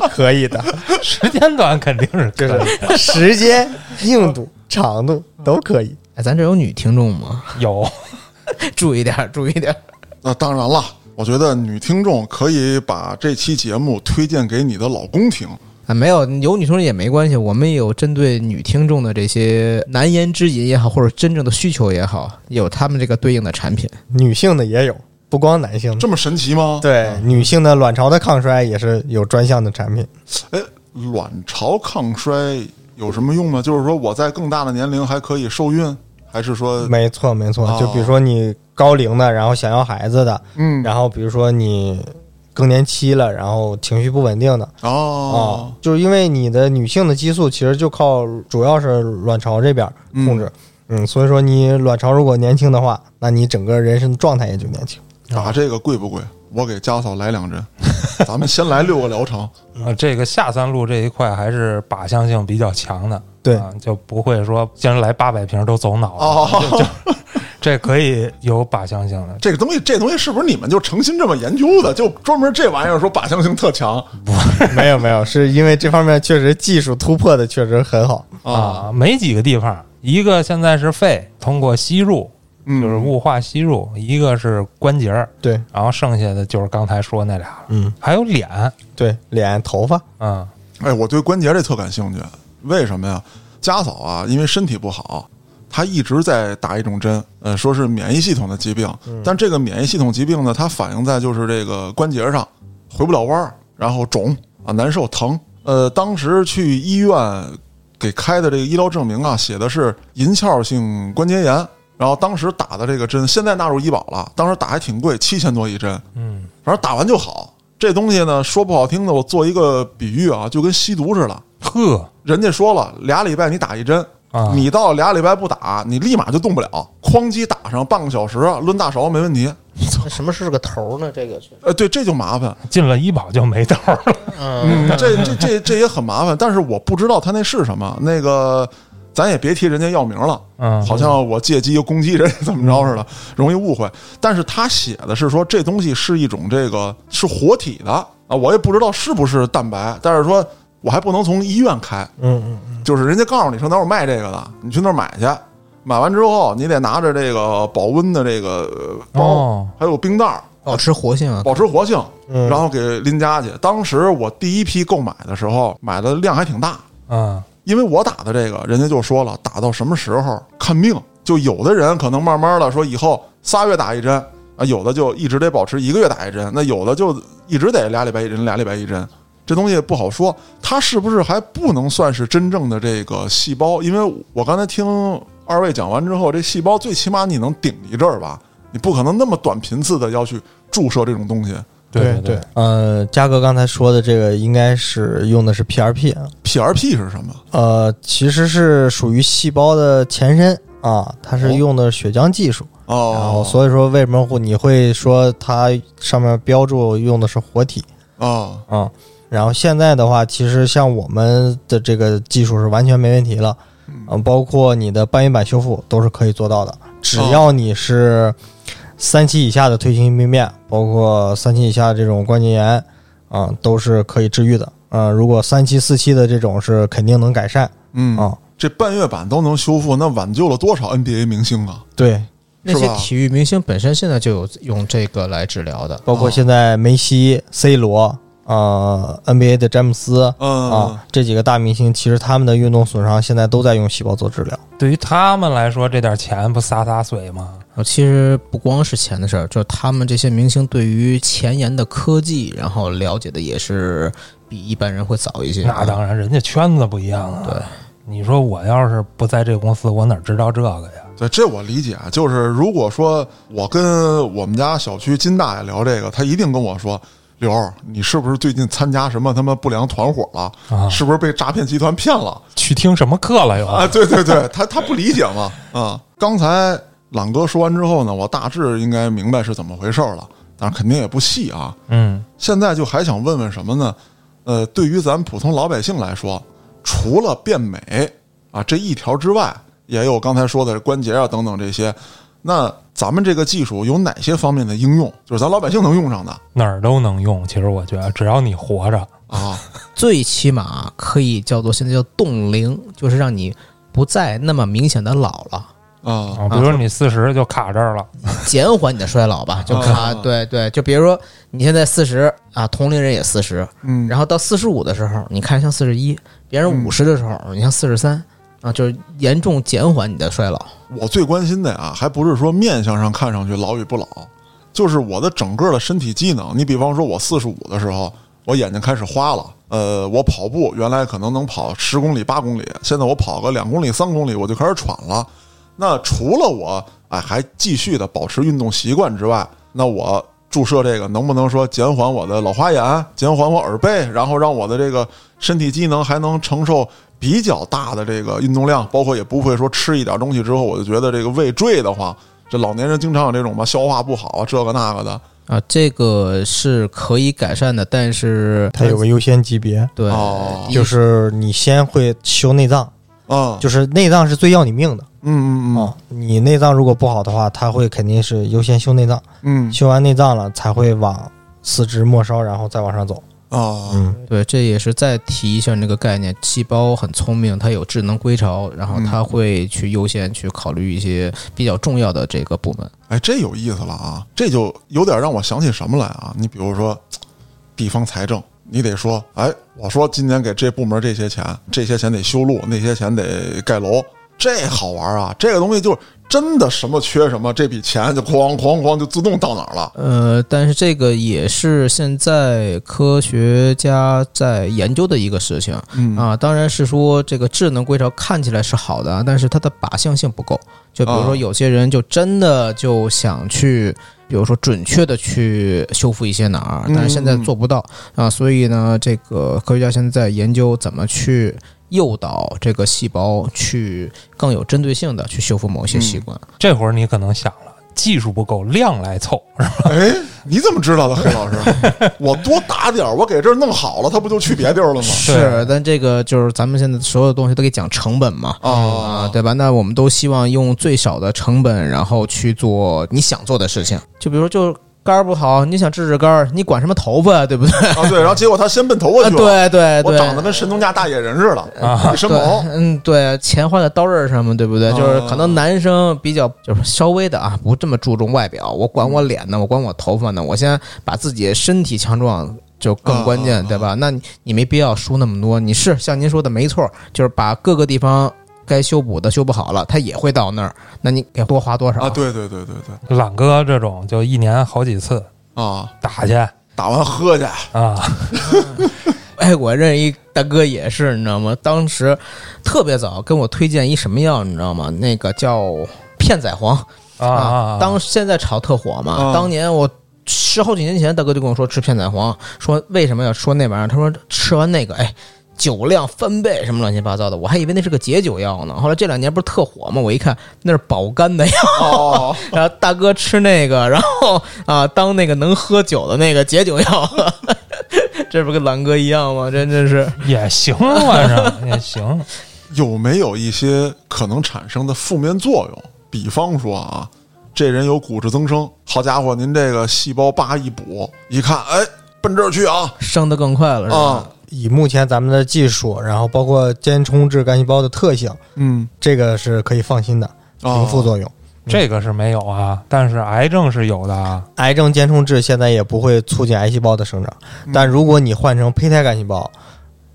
Speaker 4: [LAUGHS] 可以的，
Speaker 2: 时间短肯定是
Speaker 4: 就
Speaker 2: 可以
Speaker 4: 是时间、硬度、长度都可以。
Speaker 3: 哎，咱这有女听众吗？ [LAUGHS]
Speaker 2: 有
Speaker 3: 注意点儿，注意点儿。
Speaker 1: 那当然了，我觉得女听众可以把这期节目推荐给你的老公听。
Speaker 3: 啊，没有有女同志也没关系，我们也有针对女听众的这些难言之隐也好，或者真正的需求也好，也有他们这个对应的产品。
Speaker 4: 女性的也有，不光男性的。
Speaker 1: 这么神奇吗？
Speaker 4: 对，女性的卵巢的抗衰也是有专项的产品。
Speaker 1: 哎，卵巢抗衰有什么用吗？就是说我在更大的年龄还可以受孕，还是说，
Speaker 4: 没错，没错
Speaker 1: 哦。
Speaker 4: 就比如说你高龄的，然后想要孩子的，
Speaker 1: 嗯，
Speaker 4: 然后比如说你更年期了，然后情绪不稳定的，啊、
Speaker 1: 哦，
Speaker 4: 就是因为你的女性的激素其实就靠主要是卵巢这边控制，嗯所以说你卵巢如果年轻的话，那你整个人生状态也就年轻。
Speaker 1: 打啊这个贵不贵？我给家嫂来两针，咱们先来六个疗程。
Speaker 2: 呃，这个下三路这一块还是靶向性比较强的，
Speaker 4: 对
Speaker 2: 啊，就不会说先来八百瓶都走脑了，
Speaker 1: 哦，
Speaker 2: 这可以有靶向性的，
Speaker 1: 这个东西，这东西是不是你们就诚心这么研究的？就专门这玩意儿说靶向性特强
Speaker 4: [LAUGHS] 没有没有，是因为这方面确实技术突破的确实很好。
Speaker 1: 啊？
Speaker 2: 啊，没几个地方，一个现在是肺通过吸入，
Speaker 1: 嗯，
Speaker 2: 就是雾化吸入，一个是关节儿，
Speaker 4: 对，
Speaker 2: 然后剩下的就是刚才说那俩了，
Speaker 4: 嗯，
Speaker 2: 还有脸，
Speaker 4: 对，脸、头发，
Speaker 2: 嗯，
Speaker 1: 哎，我对关节这特感兴趣，为什么呀？家嫂啊，因为身体不好，她一直在打一种针，呃，说是免疫系统的疾病，但这个免疫系统疾病呢，它反映在就是这个关节上回不了弯儿，然后肿啊，难受疼。呃，当时去医院给开的这个医疗证明啊，写的是银翘性关节炎。然后当时打的这个针，现在纳入医保了。当时打还挺贵，七千多一针。
Speaker 2: 嗯，
Speaker 1: 反正打完就好。这东西呢，说不好听的，我做一个比喻啊，就跟吸毒似的。
Speaker 2: 呵
Speaker 1: 人家说了，俩礼拜你打一针，
Speaker 2: 啊，
Speaker 1: 你到俩礼拜不打，你立马就动不了，哐叽打上半个小时，啊抡大勺没问题。
Speaker 3: 什么是个头呢？这个是
Speaker 1: 呃，对，这就麻烦，
Speaker 2: 进了医保就没道儿了，
Speaker 3: 嗯，
Speaker 1: 这这这这也很麻烦。但是我不知道他那是什么，那个咱也别提人家药名了，
Speaker 2: 嗯，
Speaker 1: 好像我借机又攻击人家怎么着似的，容易误会。但是他写的是说这东西是一种这个是活体的啊，我也不知道是不是蛋白，但是说我还不能从医院开，
Speaker 4: 嗯嗯嗯，
Speaker 1: 就是人家告诉你说哪有卖这个的，你去那儿买去。买完之后，你得拿着这个保温的这个呃包，
Speaker 2: 哦
Speaker 1: 还有冰袋儿，
Speaker 3: 保持活性啊，
Speaker 1: 保持活性，
Speaker 4: 嗯
Speaker 1: 然后给拎家去。当时我第一批购买的时候，买的量还挺大，
Speaker 2: 嗯，
Speaker 1: 因为我打的这个，人家就说了，打到什么时候看命。就有的人可能慢慢的说，以后仨月打一针啊，有的就一直得保持一个月打一针，那有的就一直得俩礼拜一针，俩礼拜一针。这东西不好说，它是不是还不能算是真正的这个细胞？因为我刚才听二位讲完之后，这细胞最起码你能顶一阵儿吧，你不可能那么短频次的要去注射这种东西。
Speaker 2: 对
Speaker 4: 对，呃，嘉哥刚才说的这个应该是用的是 PRP 啊，
Speaker 1: PRP 是什么？
Speaker 4: 呃，其实是属于细胞的前身啊，它
Speaker 1: 哦
Speaker 4: 是用的血浆技术。然后
Speaker 1: 哦，
Speaker 4: 所以说为什么会你会说它上面标注用的是活体
Speaker 1: 哦，
Speaker 4: 啊、然后现在的话，其实像我们的这个技术是完全没问题了，嗯、包括你的半月板修复都是可以做到的，只要你是三期以下的退行性病变，包括三期以下这种关节炎啊、都是可以治愈的。嗯，如果三期、四期的这种是肯定能改善
Speaker 1: 嗯，
Speaker 4: 啊、
Speaker 1: 这半月板都能修复，那挽救了多少 NBA 明星啊？
Speaker 4: 对，
Speaker 3: 那
Speaker 1: 是
Speaker 3: 些
Speaker 1: 吧
Speaker 3: 体育明星本身现在就有用这个来治疗的。
Speaker 4: 包括现在梅西、C 罗，呃，NBA 的詹姆斯
Speaker 1: 嗯，
Speaker 4: 啊，这几个大明星，其实他们的运动损伤现在都在用细胞做治疗。
Speaker 2: 对于他们来说，这点钱不洒洒水吗？
Speaker 3: 呃其实不光是钱的事儿，就是他们这些明星对于前沿的科技，然后了解的也是比一般人会早一些。
Speaker 2: 那当然，人家圈子不一样啊。
Speaker 3: 啊对，
Speaker 2: 你说我要是不在这公司，我哪知道这个呀？
Speaker 1: 对，这我理解啊。就是如果说我跟我们家小区金大爷聊这个，他一定跟我说：“刘儿，你是不是最近参加什么他妈不良团伙了？
Speaker 2: 啊
Speaker 1: 是不是被诈骗集团骗了
Speaker 2: 去听什么课了又？”
Speaker 4: [LAUGHS]
Speaker 1: 啊，对对对，他他不理解嘛。啊，刚才朗哥说完之后呢，我大致应该明白是怎么回事儿了，但是肯定也不细啊。
Speaker 2: 嗯，
Speaker 1: 现在就还想问问什么呢？呃，对于咱普通老百姓来说，除了变美啊这一条之外，也有刚才说的关节啊等等这些。那咱们这个技术有哪些方面的应用？就是咱老百姓能用上的
Speaker 2: 哪儿都能用。其实我觉得，只要你活着，
Speaker 1: 啊？
Speaker 3: 最起码可以叫做现在叫冻龄，就是让你不再那么明显的老了。
Speaker 1: 啊
Speaker 2: 啊，比如说你四十就卡这儿了，
Speaker 3: 减缓你的衰老吧，就
Speaker 2: 哦
Speaker 3: 卡。
Speaker 1: 啊
Speaker 3: 对对，就比如说你现在四十啊，同龄人也四十，
Speaker 1: 嗯，
Speaker 3: 然后到四十五的时候，你看像四十一；别人
Speaker 1: 嗯
Speaker 3: 五十的时候，你像四十三啊，就是严重减缓你的衰老。
Speaker 1: 我最关心的啊呀，还不是说面相上看上去老与不老，就是我的整个的身体机能。你比方说，我四十五的时候，我眼睛开始花了。呃，我跑步原来可能能跑十公里、八公里，现在我跑个两公里、三公里，我就开始喘了。那除了我哎还继续的保持运动习惯之外，那我注射这个能不能说减缓我的老花眼，减缓我耳背，然后让我的这个身体机能还能承受比较大的这个运动量，包括也不会说吃一点东西之后我就觉得这个胃坠得慌。这老年人经常有这种嘛，消化不好啊，这个那个的。
Speaker 3: 啊，这个是可以改善的，但是
Speaker 4: 它有个优先级别，
Speaker 3: 对，
Speaker 1: 哦
Speaker 3: 一
Speaker 4: 就是你先会修内脏，
Speaker 1: 啊，
Speaker 4: 就是内脏是最要你命的
Speaker 1: 嗯嗯嗯
Speaker 4: 啊。你内脏如果不好的话，它会肯定是优先修内脏，
Speaker 1: 嗯
Speaker 4: 修完内脏了才会往四肢末梢，然后再往上走。
Speaker 1: 啊，
Speaker 4: 嗯，
Speaker 3: 对，这也是再提一下那个概念，细胞很聪明，它有智能归巢，然后
Speaker 1: 嗯
Speaker 3: 它会去优先去考虑一些比较重要的这个部门。
Speaker 1: 哎，这有意思了啊，这就有点让我想起什么来啊？你比如说，地方财政，你得说，哎，我说今年给这部门这些钱，这些钱得修路，那些钱得盖楼，这好玩啊！这个东西就是真的什么缺什么，这笔钱就哐哐哐就自动到哪儿了。
Speaker 3: 呃，但是这个也是现在科学家在研究的一个事情
Speaker 1: 嗯
Speaker 3: 啊。当然是说这个智能归巢看起来是好的，啊但是它的靶向性不够。就比如
Speaker 1: 哦
Speaker 3: 说有些人就真的就想去，比如说准确的去修复一些哪儿，
Speaker 1: 嗯
Speaker 3: 但是现在
Speaker 1: 嗯
Speaker 3: 做不到啊。所以呢，这个科学家现在研究怎么去。诱导这个细胞去更有针对性的去修复某
Speaker 1: 嗯
Speaker 3: 些习惯，
Speaker 2: 这会儿你可能想了，技术不够，量来凑，
Speaker 1: 哎，你怎么知道的，黑老师？ [LAUGHS] 我多打点儿，我给这儿弄好了，他不就去别地儿了吗？
Speaker 3: 是，但这个就是咱们现在所有东西都给讲成本嘛，啊，
Speaker 1: 啊，
Speaker 3: 对吧？那我们都希望用最少的成本，然后去做你想做的事情。就比如说，就肝儿不好，你想治治肝儿，你管什么头发，对不对？
Speaker 1: 啊，对，然后结果他先奔头
Speaker 3: 啊，
Speaker 1: 过去了。
Speaker 3: [LAUGHS] 对对
Speaker 1: 我
Speaker 3: 对，
Speaker 1: 长得跟神农架大野人似的，
Speaker 2: 啊
Speaker 1: 一身
Speaker 3: 对
Speaker 1: 毛。
Speaker 3: 嗯，对，钱花在刀刃上嘛，对不
Speaker 1: 哦
Speaker 3: 对？就是可能男生比较就是稍微的啊，不这么注重外表，我管
Speaker 1: 嗯
Speaker 3: 我脸呢，我管我头发呢，我先把自己身体强壮。就更关
Speaker 1: 啊啊
Speaker 3: 键
Speaker 1: 啊，
Speaker 3: 对吧？那你你没必要输那么多。你是像您说的没错，就是把各个地方该修补的修不好了，它也会到那儿。那你给多花多少
Speaker 1: 啊，？对对对对对
Speaker 2: 懒哥这种就一年好几次
Speaker 1: 啊！
Speaker 2: 打去
Speaker 1: 打完喝去，
Speaker 2: 啊，
Speaker 3: [LAUGHS] 哎，我认识一大哥也是，你知道吗？当时特别早跟我推荐一什么药，你知道吗？那个叫片仔癀。
Speaker 2: 啊啊！
Speaker 3: 当现在炒特火嘛，
Speaker 1: 啊
Speaker 3: 当年我十好几年前，大哥就跟我说吃片仔癀，说为什么要说那玩意儿？他说吃完那个，哎。酒量翻倍，什么乱七八糟的，我还以为那是个解酒药呢。后来这两年不是特火吗？我一看那是保肝
Speaker 1: [LAUGHS]
Speaker 3: 的药，
Speaker 1: 哦，
Speaker 3: 然后大哥吃那个，然后啊当那个能喝酒的那个解酒药， [LAUGHS] 这不跟狼哥一样吗？真真是
Speaker 2: 也行，啊反正也行。
Speaker 1: 有没有一些可能产生的负面作用？比方说啊，这人有骨质增生，好家伙，您这个细胞八一补，一看，哎，奔这儿去啊
Speaker 3: 升得更快了，是吧？
Speaker 1: 啊，
Speaker 4: 以目前咱们的技术，然后包括间充质干细胞的特性，
Speaker 1: 嗯，
Speaker 4: 这个是可以放心的，
Speaker 1: 啊
Speaker 4: 零副作用。
Speaker 2: 这个是没有啊，但是癌症是有的啊。
Speaker 4: 癌症间充质现在也不会促进癌细胞的生长，
Speaker 1: 嗯
Speaker 4: 但如果你换成胚胎干细胞，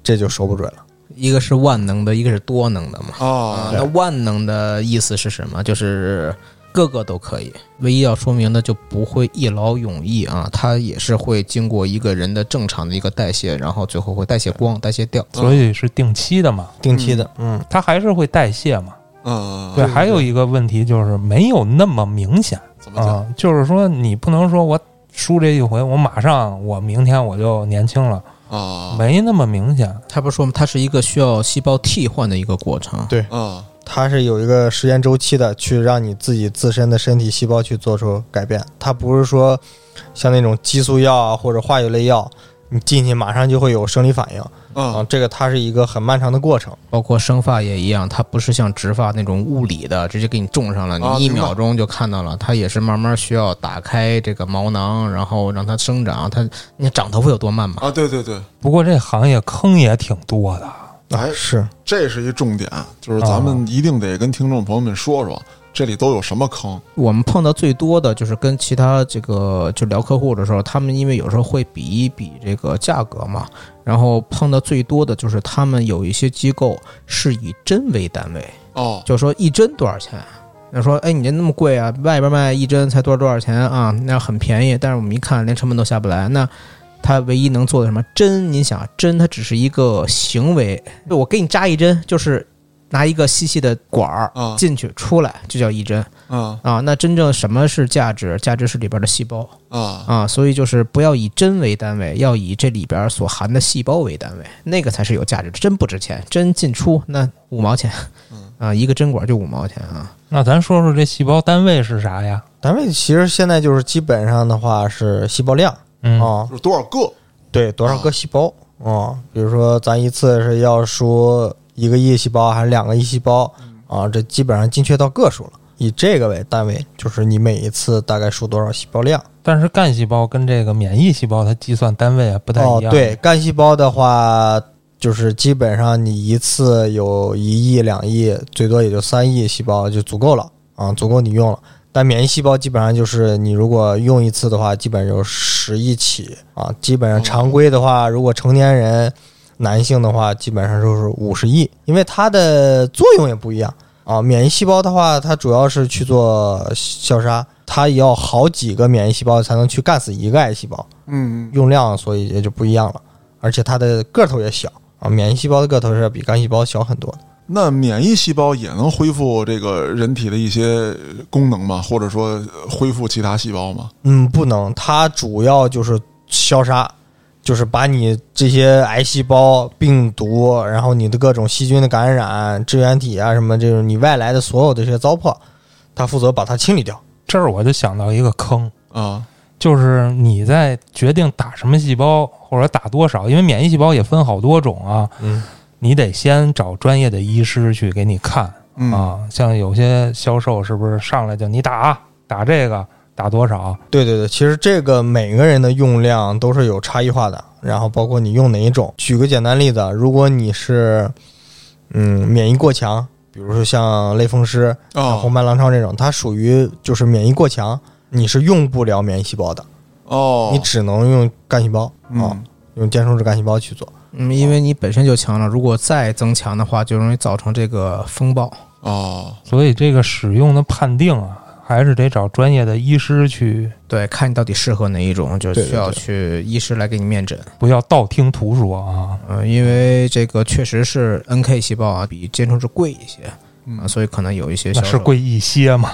Speaker 4: 这就说不准了。
Speaker 3: 一个是万能的，一个是多能的嘛。啊
Speaker 1: 啊，，
Speaker 3: 那万能的意思是什么？就是个个都可以。唯一要说明的就不会一劳永逸啊，它也是会经过一个人的正常的一个代谢，然后最后会代谢光、代谢掉。
Speaker 2: 所以是定期的嘛，
Speaker 4: 定期的，嗯，
Speaker 2: 它还是会代谢嘛。
Speaker 1: 嗯，
Speaker 2: 对，还有一个问题就是没有那么明显
Speaker 1: 怎么讲？
Speaker 2: 啊，就是说你不能说我输这一回，我马上我明天我就年轻了，
Speaker 1: 啊，
Speaker 2: 没那么明显。
Speaker 3: 他不是说吗？它是一个需要细胞替换的一个过程。
Speaker 4: 对
Speaker 1: 啊，
Speaker 4: 它是有一个时间周期的，去让你自己自身的身体细胞去做出改变。它不是说像那种激素药啊或者化学类药，你进去马上就会有生理反应啊
Speaker 1: 嗯，。
Speaker 4: 这个它是一个很漫长的过程。
Speaker 3: 包括生发也一样，它不是像植发那种物理的，直接给你种上了，
Speaker 1: 啊
Speaker 3: 你一
Speaker 1: 明白
Speaker 3: 秒钟就看到了。它也是慢慢需要打开这个毛囊，然后让它生长。它你长头发有多慢嘛？
Speaker 1: 啊，对对对，
Speaker 2: 不过这行业坑也挺多的，
Speaker 1: 哎
Speaker 4: 啊是
Speaker 1: 这是一重点，就是咱们一定得跟听众朋友们说说，这里都有什么坑？
Speaker 3: 我们碰到最多的就是跟其他这个就聊客户的时候，他们因为有时候会比一比这个价格嘛，然后碰到最多的就是他们有一些机构是以针为单位，
Speaker 1: 哦，
Speaker 3: 就说一针多少钱。那说，哎，你这那么贵啊？外边卖一针才多少多少钱啊？那很便宜，但是我们一看连成本都下不来。那他唯一能做的什么针？您想，针它只是一个行为，我给你扎一针，就是拿一个细细的管儿
Speaker 1: 啊
Speaker 3: 进去出来，就叫一针。
Speaker 1: 啊
Speaker 3: 啊，那真正什么是价值？价值是里边的细胞
Speaker 1: 啊
Speaker 3: 啊，所以就是不要以针为单位，要以这里边所含的细胞为单位，那个才是有价值的。针不值钱，针进出那五毛钱，
Speaker 4: 嗯
Speaker 3: 啊，一个针管就五毛钱啊。
Speaker 2: 那咱说说这细胞单位是啥呀？
Speaker 4: 单位其实现在就是基本上的话是细胞量
Speaker 2: 嗯，
Speaker 4: 啊，
Speaker 1: 就是多少个？
Speaker 4: 对，多少个细胞啊？比如说咱一次是要说一个亿细胞还是两个亿细胞啊？这基本上精确到个数了，以这个为单位，就是你每一次大概数多少细胞量。
Speaker 2: 但是干细胞跟这个免疫细胞它计算单位啊不太
Speaker 4: 哦
Speaker 2: 一样。，
Speaker 4: 对，干细胞的话，就是基本上你一次有一亿、两亿，最多也就三亿细胞就足够了啊，足够你用了。但免疫细胞基本上就是你如果用一次的话，基本有十亿起啊。基
Speaker 2: 哦
Speaker 4: 本上常规的话，如果成年人男性的话，基本上就是五十亿，因为它的作用也不一样啊。免疫细胞的话，它主要是去做消杀，它要好几个免疫细胞才能去干死一个癌细胞。
Speaker 1: 嗯，
Speaker 4: 用量，所以也就不一样了。而且它的个头也小啊，免疫细胞的个头是要比干细胞小很多的。
Speaker 1: 那免疫细胞也能恢复这个人体的一些功能吗？或者说呃恢复其他细胞吗？
Speaker 4: 嗯，不能，它主要就是消杀，就是把你这些癌细胞、病毒，然后你的各种细菌的感染、支原体啊什么这种你外来的所有的这些糟粕，它负责把它清理掉。
Speaker 2: 这儿我就想到一个坑，
Speaker 1: 啊，
Speaker 2: 就是你在决定打什么细胞或者打多少，因为免疫细胞也分好多种啊，
Speaker 4: 嗯，
Speaker 2: 你得先找专业的医师去给你看
Speaker 1: 嗯
Speaker 2: 啊。像有些销售是不是上来就你打打这个打多少？
Speaker 4: 对对对，其实这个每个人的用量都是有差异化的，然后包括你用哪一种。举个简单例子啊，如果你是嗯免疫过强，比如说像类风湿、像红
Speaker 1: 哦
Speaker 4: 斑狼疮这种，它属于就是免疫过强，你是用不了免疫细胞的，
Speaker 1: 哦，
Speaker 4: 你只能用干细胞啊、
Speaker 1: 嗯
Speaker 4: 用间充质干细胞去做。
Speaker 3: 嗯，因为你本身就强了，如果再增强的话，就容易造成这个风暴。
Speaker 1: 哦，
Speaker 2: 所以这个使用的判定啊，还是得找专业的医师去，
Speaker 3: 对，看你到底适合哪一种，就
Speaker 4: 对对
Speaker 3: 需要
Speaker 4: 对
Speaker 3: 去医师来给你面诊。
Speaker 2: 不要道听途说啊。
Speaker 3: 嗯，因为这个确实是 NK 细胞啊，比间充质贵一些
Speaker 1: 嗯
Speaker 3: 啊，所以可能有一些
Speaker 2: 那
Speaker 3: 销
Speaker 2: 是
Speaker 3: 售
Speaker 2: 贵一些嘛？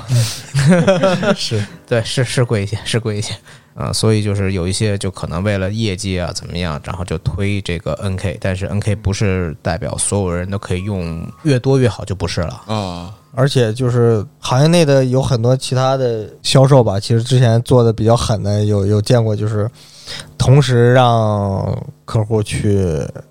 Speaker 4: 是，
Speaker 3: 对，是是贵一些，是贵一些，啊、所以就是有一些就可能为了业绩啊怎么样，然后就推这个 NK，但是 NK 不是代表所有人都可以用，越多越好就不是了。
Speaker 1: 啊，
Speaker 4: 而且就是行业内的有很多其他的销售吧，其实之前做的比较狠的有有见过，就是同时让客户去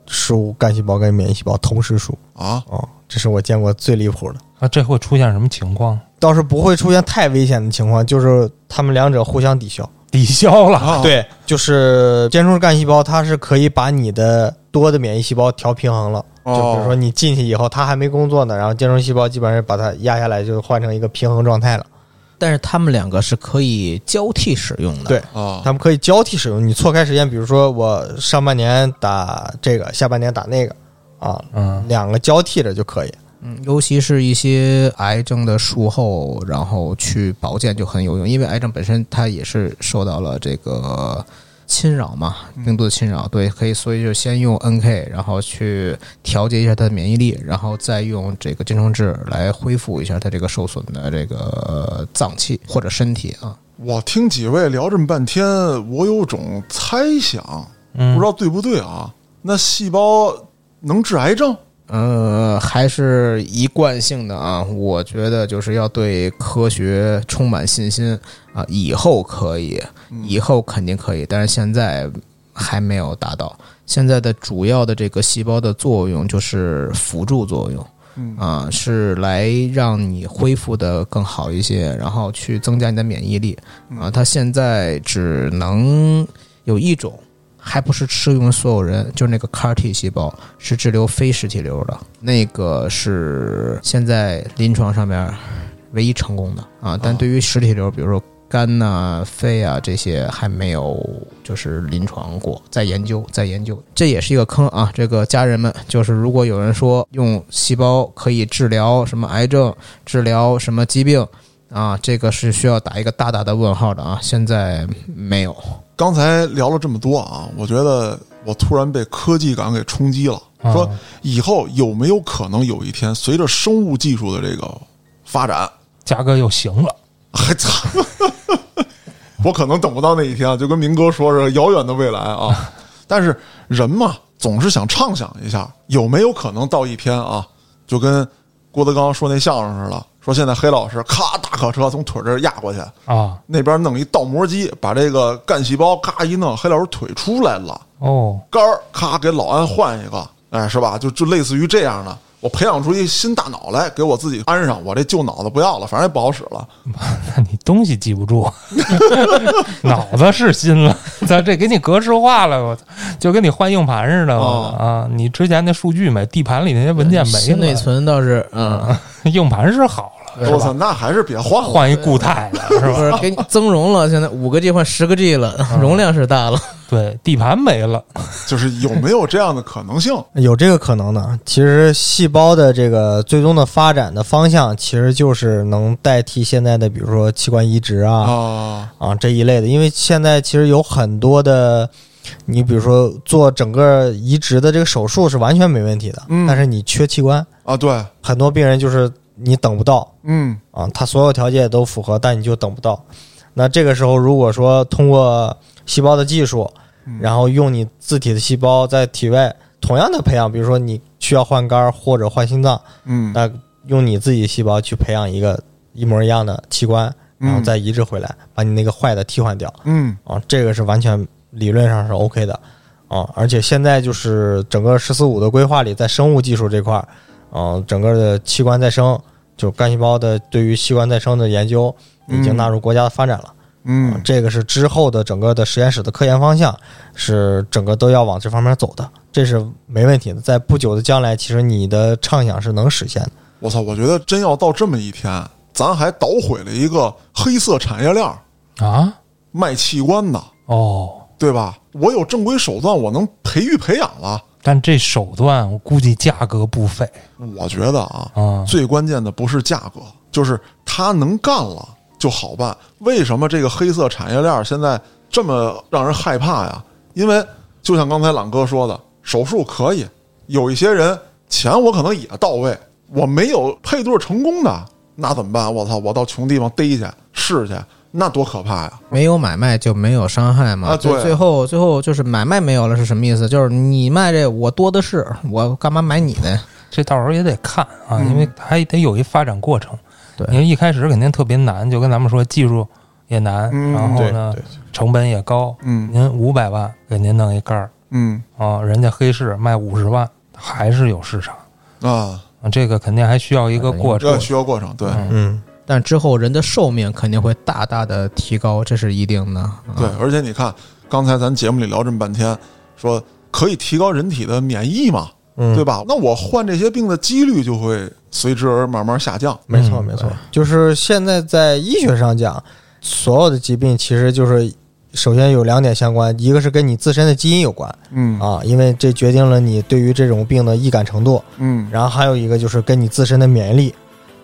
Speaker 4: 输干细胞跟免疫细胞同时输
Speaker 1: 啊，
Speaker 4: 哦，这是我见过最离谱的。
Speaker 2: 那这会出现什么情况？
Speaker 4: 倒是不会出现太危险的情况，就是他们两者互相抵消。
Speaker 2: 抵消了，
Speaker 1: 啊，
Speaker 4: 对，就是间充质干细胞，它是可以把你的多的免疫细胞调平衡了。
Speaker 1: 哦
Speaker 4: 就比如说你进去以后，它还没工作呢，然后间充细胞基本上把它压下来，就换成一个平衡状态了。
Speaker 3: 但是他们两个是可以交替使用的。
Speaker 4: 对
Speaker 1: 啊，
Speaker 4: 他们可以交替使用，你错开时间，比如说我上半年打这个，下半年打那个，啊，
Speaker 2: 嗯，
Speaker 4: 两个交替着就可以。
Speaker 3: 嗯，尤其是一些癌症的术后，然后去保健就很有用，因为癌症本身它也是受到了这个侵扰嘛，病毒的侵扰，对，可以，所以就先用 NK，然后去调节一下它的免疫力，然后再用这个间充质来恢复一下它这个受损的这个呃脏器或者身体啊。
Speaker 1: 我听几位聊这么半天，我有种猜想，
Speaker 2: 嗯
Speaker 1: 不知道对不对啊？那细胞能治癌症？
Speaker 3: 呃，还是一贯性的啊，我觉得就是要对科学充满信心啊，以后可以，
Speaker 1: 嗯
Speaker 3: 以后肯定可以，但是现在还没有达到。现在的主要的这个细胞的作用就是辅助作用，
Speaker 1: 嗯
Speaker 3: 啊，是来让你恢复的更好一些，然后去增加你的免疫力
Speaker 1: 嗯
Speaker 3: 啊。它现在只能有一种，还不是适用于所有人，就是那个 CAR T 细胞是治疗非实体瘤的，那个是现在临床上面唯一成功的啊。但对于实体瘤，比如说肝呐、肺啊这些，还没有就是临床过，在研究，在研究，这也是一个坑啊。这个家人们，就是如果有人说用细胞可以治疗什么癌症，治疗什么疾病啊，这个是需要打一个大大的问号的啊。现在没有，
Speaker 1: 刚才聊了这么多啊，我觉得我突然被科技感给冲击了。
Speaker 2: 啊
Speaker 1: 说以后有没有可能有一天，随着生物技术的这个发展， [LAUGHS]
Speaker 2: 嘉哥又行了，
Speaker 1: 还操， [LAUGHS] 我可能等不到那一天啊，就跟明哥说是遥远的未来啊。但是人嘛，总是想畅想一下，有没有可能到一天啊，就跟郭德纲说那相声似的，说现在黑老师咔大卡车从腿这儿压过去，
Speaker 2: 啊
Speaker 1: 那边弄一倒模机，把这个干细胞咔一弄，黑老师腿出来了。
Speaker 2: 哦，
Speaker 1: 肝儿咔给老安换一个，哎，是吧？就就类似于这样的，我培养出一新大脑来，给我自己安上，我这旧脑子不要了，反正也不好使了。
Speaker 2: 那你东西记不住， [LAUGHS] 脑子是新了， [LAUGHS] 咱这给你格式化了，我操，就跟你换硬盘似的、
Speaker 1: 哦
Speaker 2: 啊！你之前那数据没，地盘里那些文件
Speaker 3: 新
Speaker 2: 没
Speaker 3: 内
Speaker 2: 了，
Speaker 3: 存倒是嗯。
Speaker 2: 硬盘是好了，
Speaker 1: 我操，那还是别换了。 [LAUGHS]
Speaker 2: 换一固态的是
Speaker 3: [LAUGHS] 不
Speaker 2: 吧？
Speaker 3: 是给你增容了，现在五个 G 换十个 G 了， [LAUGHS] 容量是大了。
Speaker 2: 对，地盘没了，
Speaker 1: 就是有没有这样的可能性？
Speaker 4: 有这个可能的。其实细胞的这个最终的发展的方向，其实就是能代替现在的，比如说器官移植啊
Speaker 1: 啊
Speaker 4: 啊这一类的。因为现在其实有很多的，你比如说做整个移植的这个手术是完全没问题的，
Speaker 1: 嗯
Speaker 4: 但是你缺器官，
Speaker 1: 啊，对，
Speaker 4: 很多病人就是你等不到，
Speaker 1: 嗯
Speaker 4: 啊，它所有条件都符合，但你就等不到。那这个时候，如果说通过细胞的技术，
Speaker 1: 嗯
Speaker 4: 然后用你自体的细胞在体外同样的培养，比如说你需要换肝儿或者换心脏，
Speaker 1: 嗯
Speaker 4: 那用你自己细胞去培养一个一模一样的器官，然后
Speaker 1: 嗯
Speaker 4: 再移植回来，把你那个坏的替换掉
Speaker 1: 嗯
Speaker 4: 啊，这个是完全理论上是 OK 的啊。而且现在就是整个“十四五”的规划里，在生物技术这块儿，嗯、整个的器官再生，就干细胞的对于器官再生的研究，已经纳入国家的发展了。啊
Speaker 1: 嗯，
Speaker 4: 这个是之后的整个的实验室的科研方向，是整个都要往这方面走的，这是没问题的。在不久的将来，其实你的畅想是能实现的。
Speaker 1: 我操，我觉得真要到这么一天，咱还捣毁了一个黑色产业链儿，
Speaker 2: 啊，
Speaker 1: 卖器官的，
Speaker 2: 哦，
Speaker 1: 对吧？我有正规手段，我能培育培养了。
Speaker 2: 但这手段我估计价格不菲
Speaker 1: 我觉得啊，
Speaker 2: 啊，
Speaker 1: 最关键的不是价格，就是他能干了就好办。为什么这个黑色产业链现在这么让人害怕呀？因为就像刚才朗哥说的，手术可以，有一些人钱我可能也到位，我没有配对成功的，那怎么办？我操，我到穷地方逮去试去，那多可怕呀！
Speaker 3: 没有买卖就没有伤害嘛。
Speaker 1: 啊
Speaker 3: 最
Speaker 1: 对
Speaker 3: 最后最后就是买卖没有了是什么意思？就是你卖这我多的是，我干嘛买你呢？
Speaker 2: 这到时候也得看啊，
Speaker 1: 嗯
Speaker 2: 因为还得有一发展过程。
Speaker 3: 对
Speaker 2: 因为一开始肯定特别难，就跟咱们说技术也难，
Speaker 1: 嗯
Speaker 2: 然后
Speaker 4: 对
Speaker 2: 呢
Speaker 4: 对，
Speaker 2: 成本也高。
Speaker 1: 嗯
Speaker 2: 您五百万给您弄一杆儿
Speaker 1: 嗯
Speaker 2: 啊，人家黑市卖五十万，还是有市场
Speaker 1: 啊，
Speaker 2: 啊。这个肯定还需要一个过
Speaker 1: 这
Speaker 2: 程。
Speaker 1: 需要过程，对、
Speaker 2: 嗯
Speaker 4: 嗯，
Speaker 3: 但之后人的寿命肯定会大大的提高，这是一定的。啊
Speaker 1: 对，，而且你看刚才咱节目里聊这么半天，说可以提高人体的免疫嘛，
Speaker 4: 嗯
Speaker 1: 对吧？那我患这些病的几率就会随之而慢慢下降。
Speaker 4: 没错，
Speaker 2: 嗯
Speaker 4: 没错，就是现在在医学上讲，所有的疾病其实就是首先有两点相关，一个是跟你自身的基因有关
Speaker 1: 嗯
Speaker 4: 啊，因为这决定了你对于这种病的易感程度，
Speaker 1: 嗯
Speaker 4: 然后还有一个就是跟你自身的免疫力。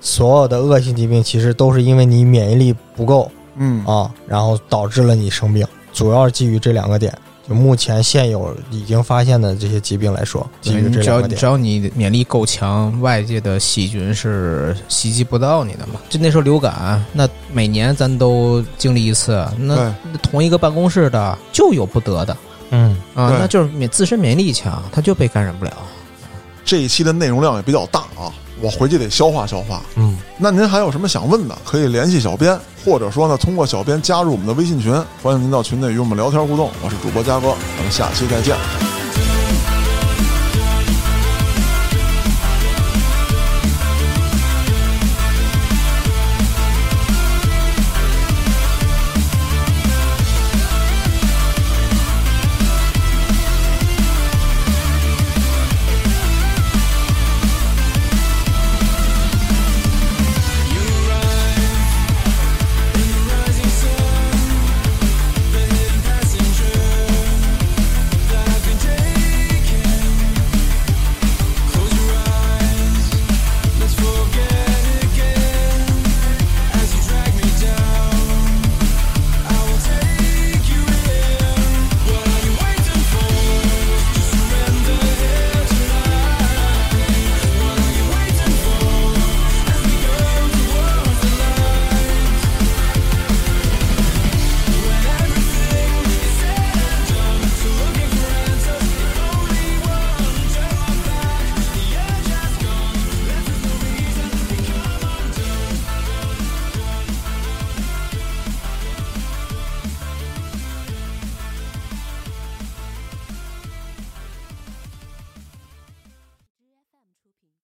Speaker 4: 所有的恶性疾病其实都是因为你免疫力不够
Speaker 1: 嗯
Speaker 4: 啊，然后导致了你生病，主要是基于这两个点。就目前现有已经发现的这些疾病来说，基
Speaker 3: 对
Speaker 4: 于
Speaker 3: 你
Speaker 4: 这
Speaker 3: 只
Speaker 4: 两
Speaker 3: 要
Speaker 4: 个
Speaker 3: 你
Speaker 4: 点
Speaker 3: 只。要你免疫力够强，外界的细菌是袭击不到你的嘛。就那时候流感，那每年咱都经历一次，那
Speaker 1: 对
Speaker 3: 那同一个办公室的就有不得的。
Speaker 2: 嗯，
Speaker 3: 啊
Speaker 1: 对，
Speaker 3: 那就是免自身免疫力强，他就被感染不了。
Speaker 1: 这一期的内容量也比较大啊，我回去得消化消化。
Speaker 2: 嗯，
Speaker 1: 那您还有什么想问的，可以联系小编，或者说呢，通过小编加入我们的微信群，欢迎您到群内与我们聊天互动。我是主播嘉哥，咱们下期再见。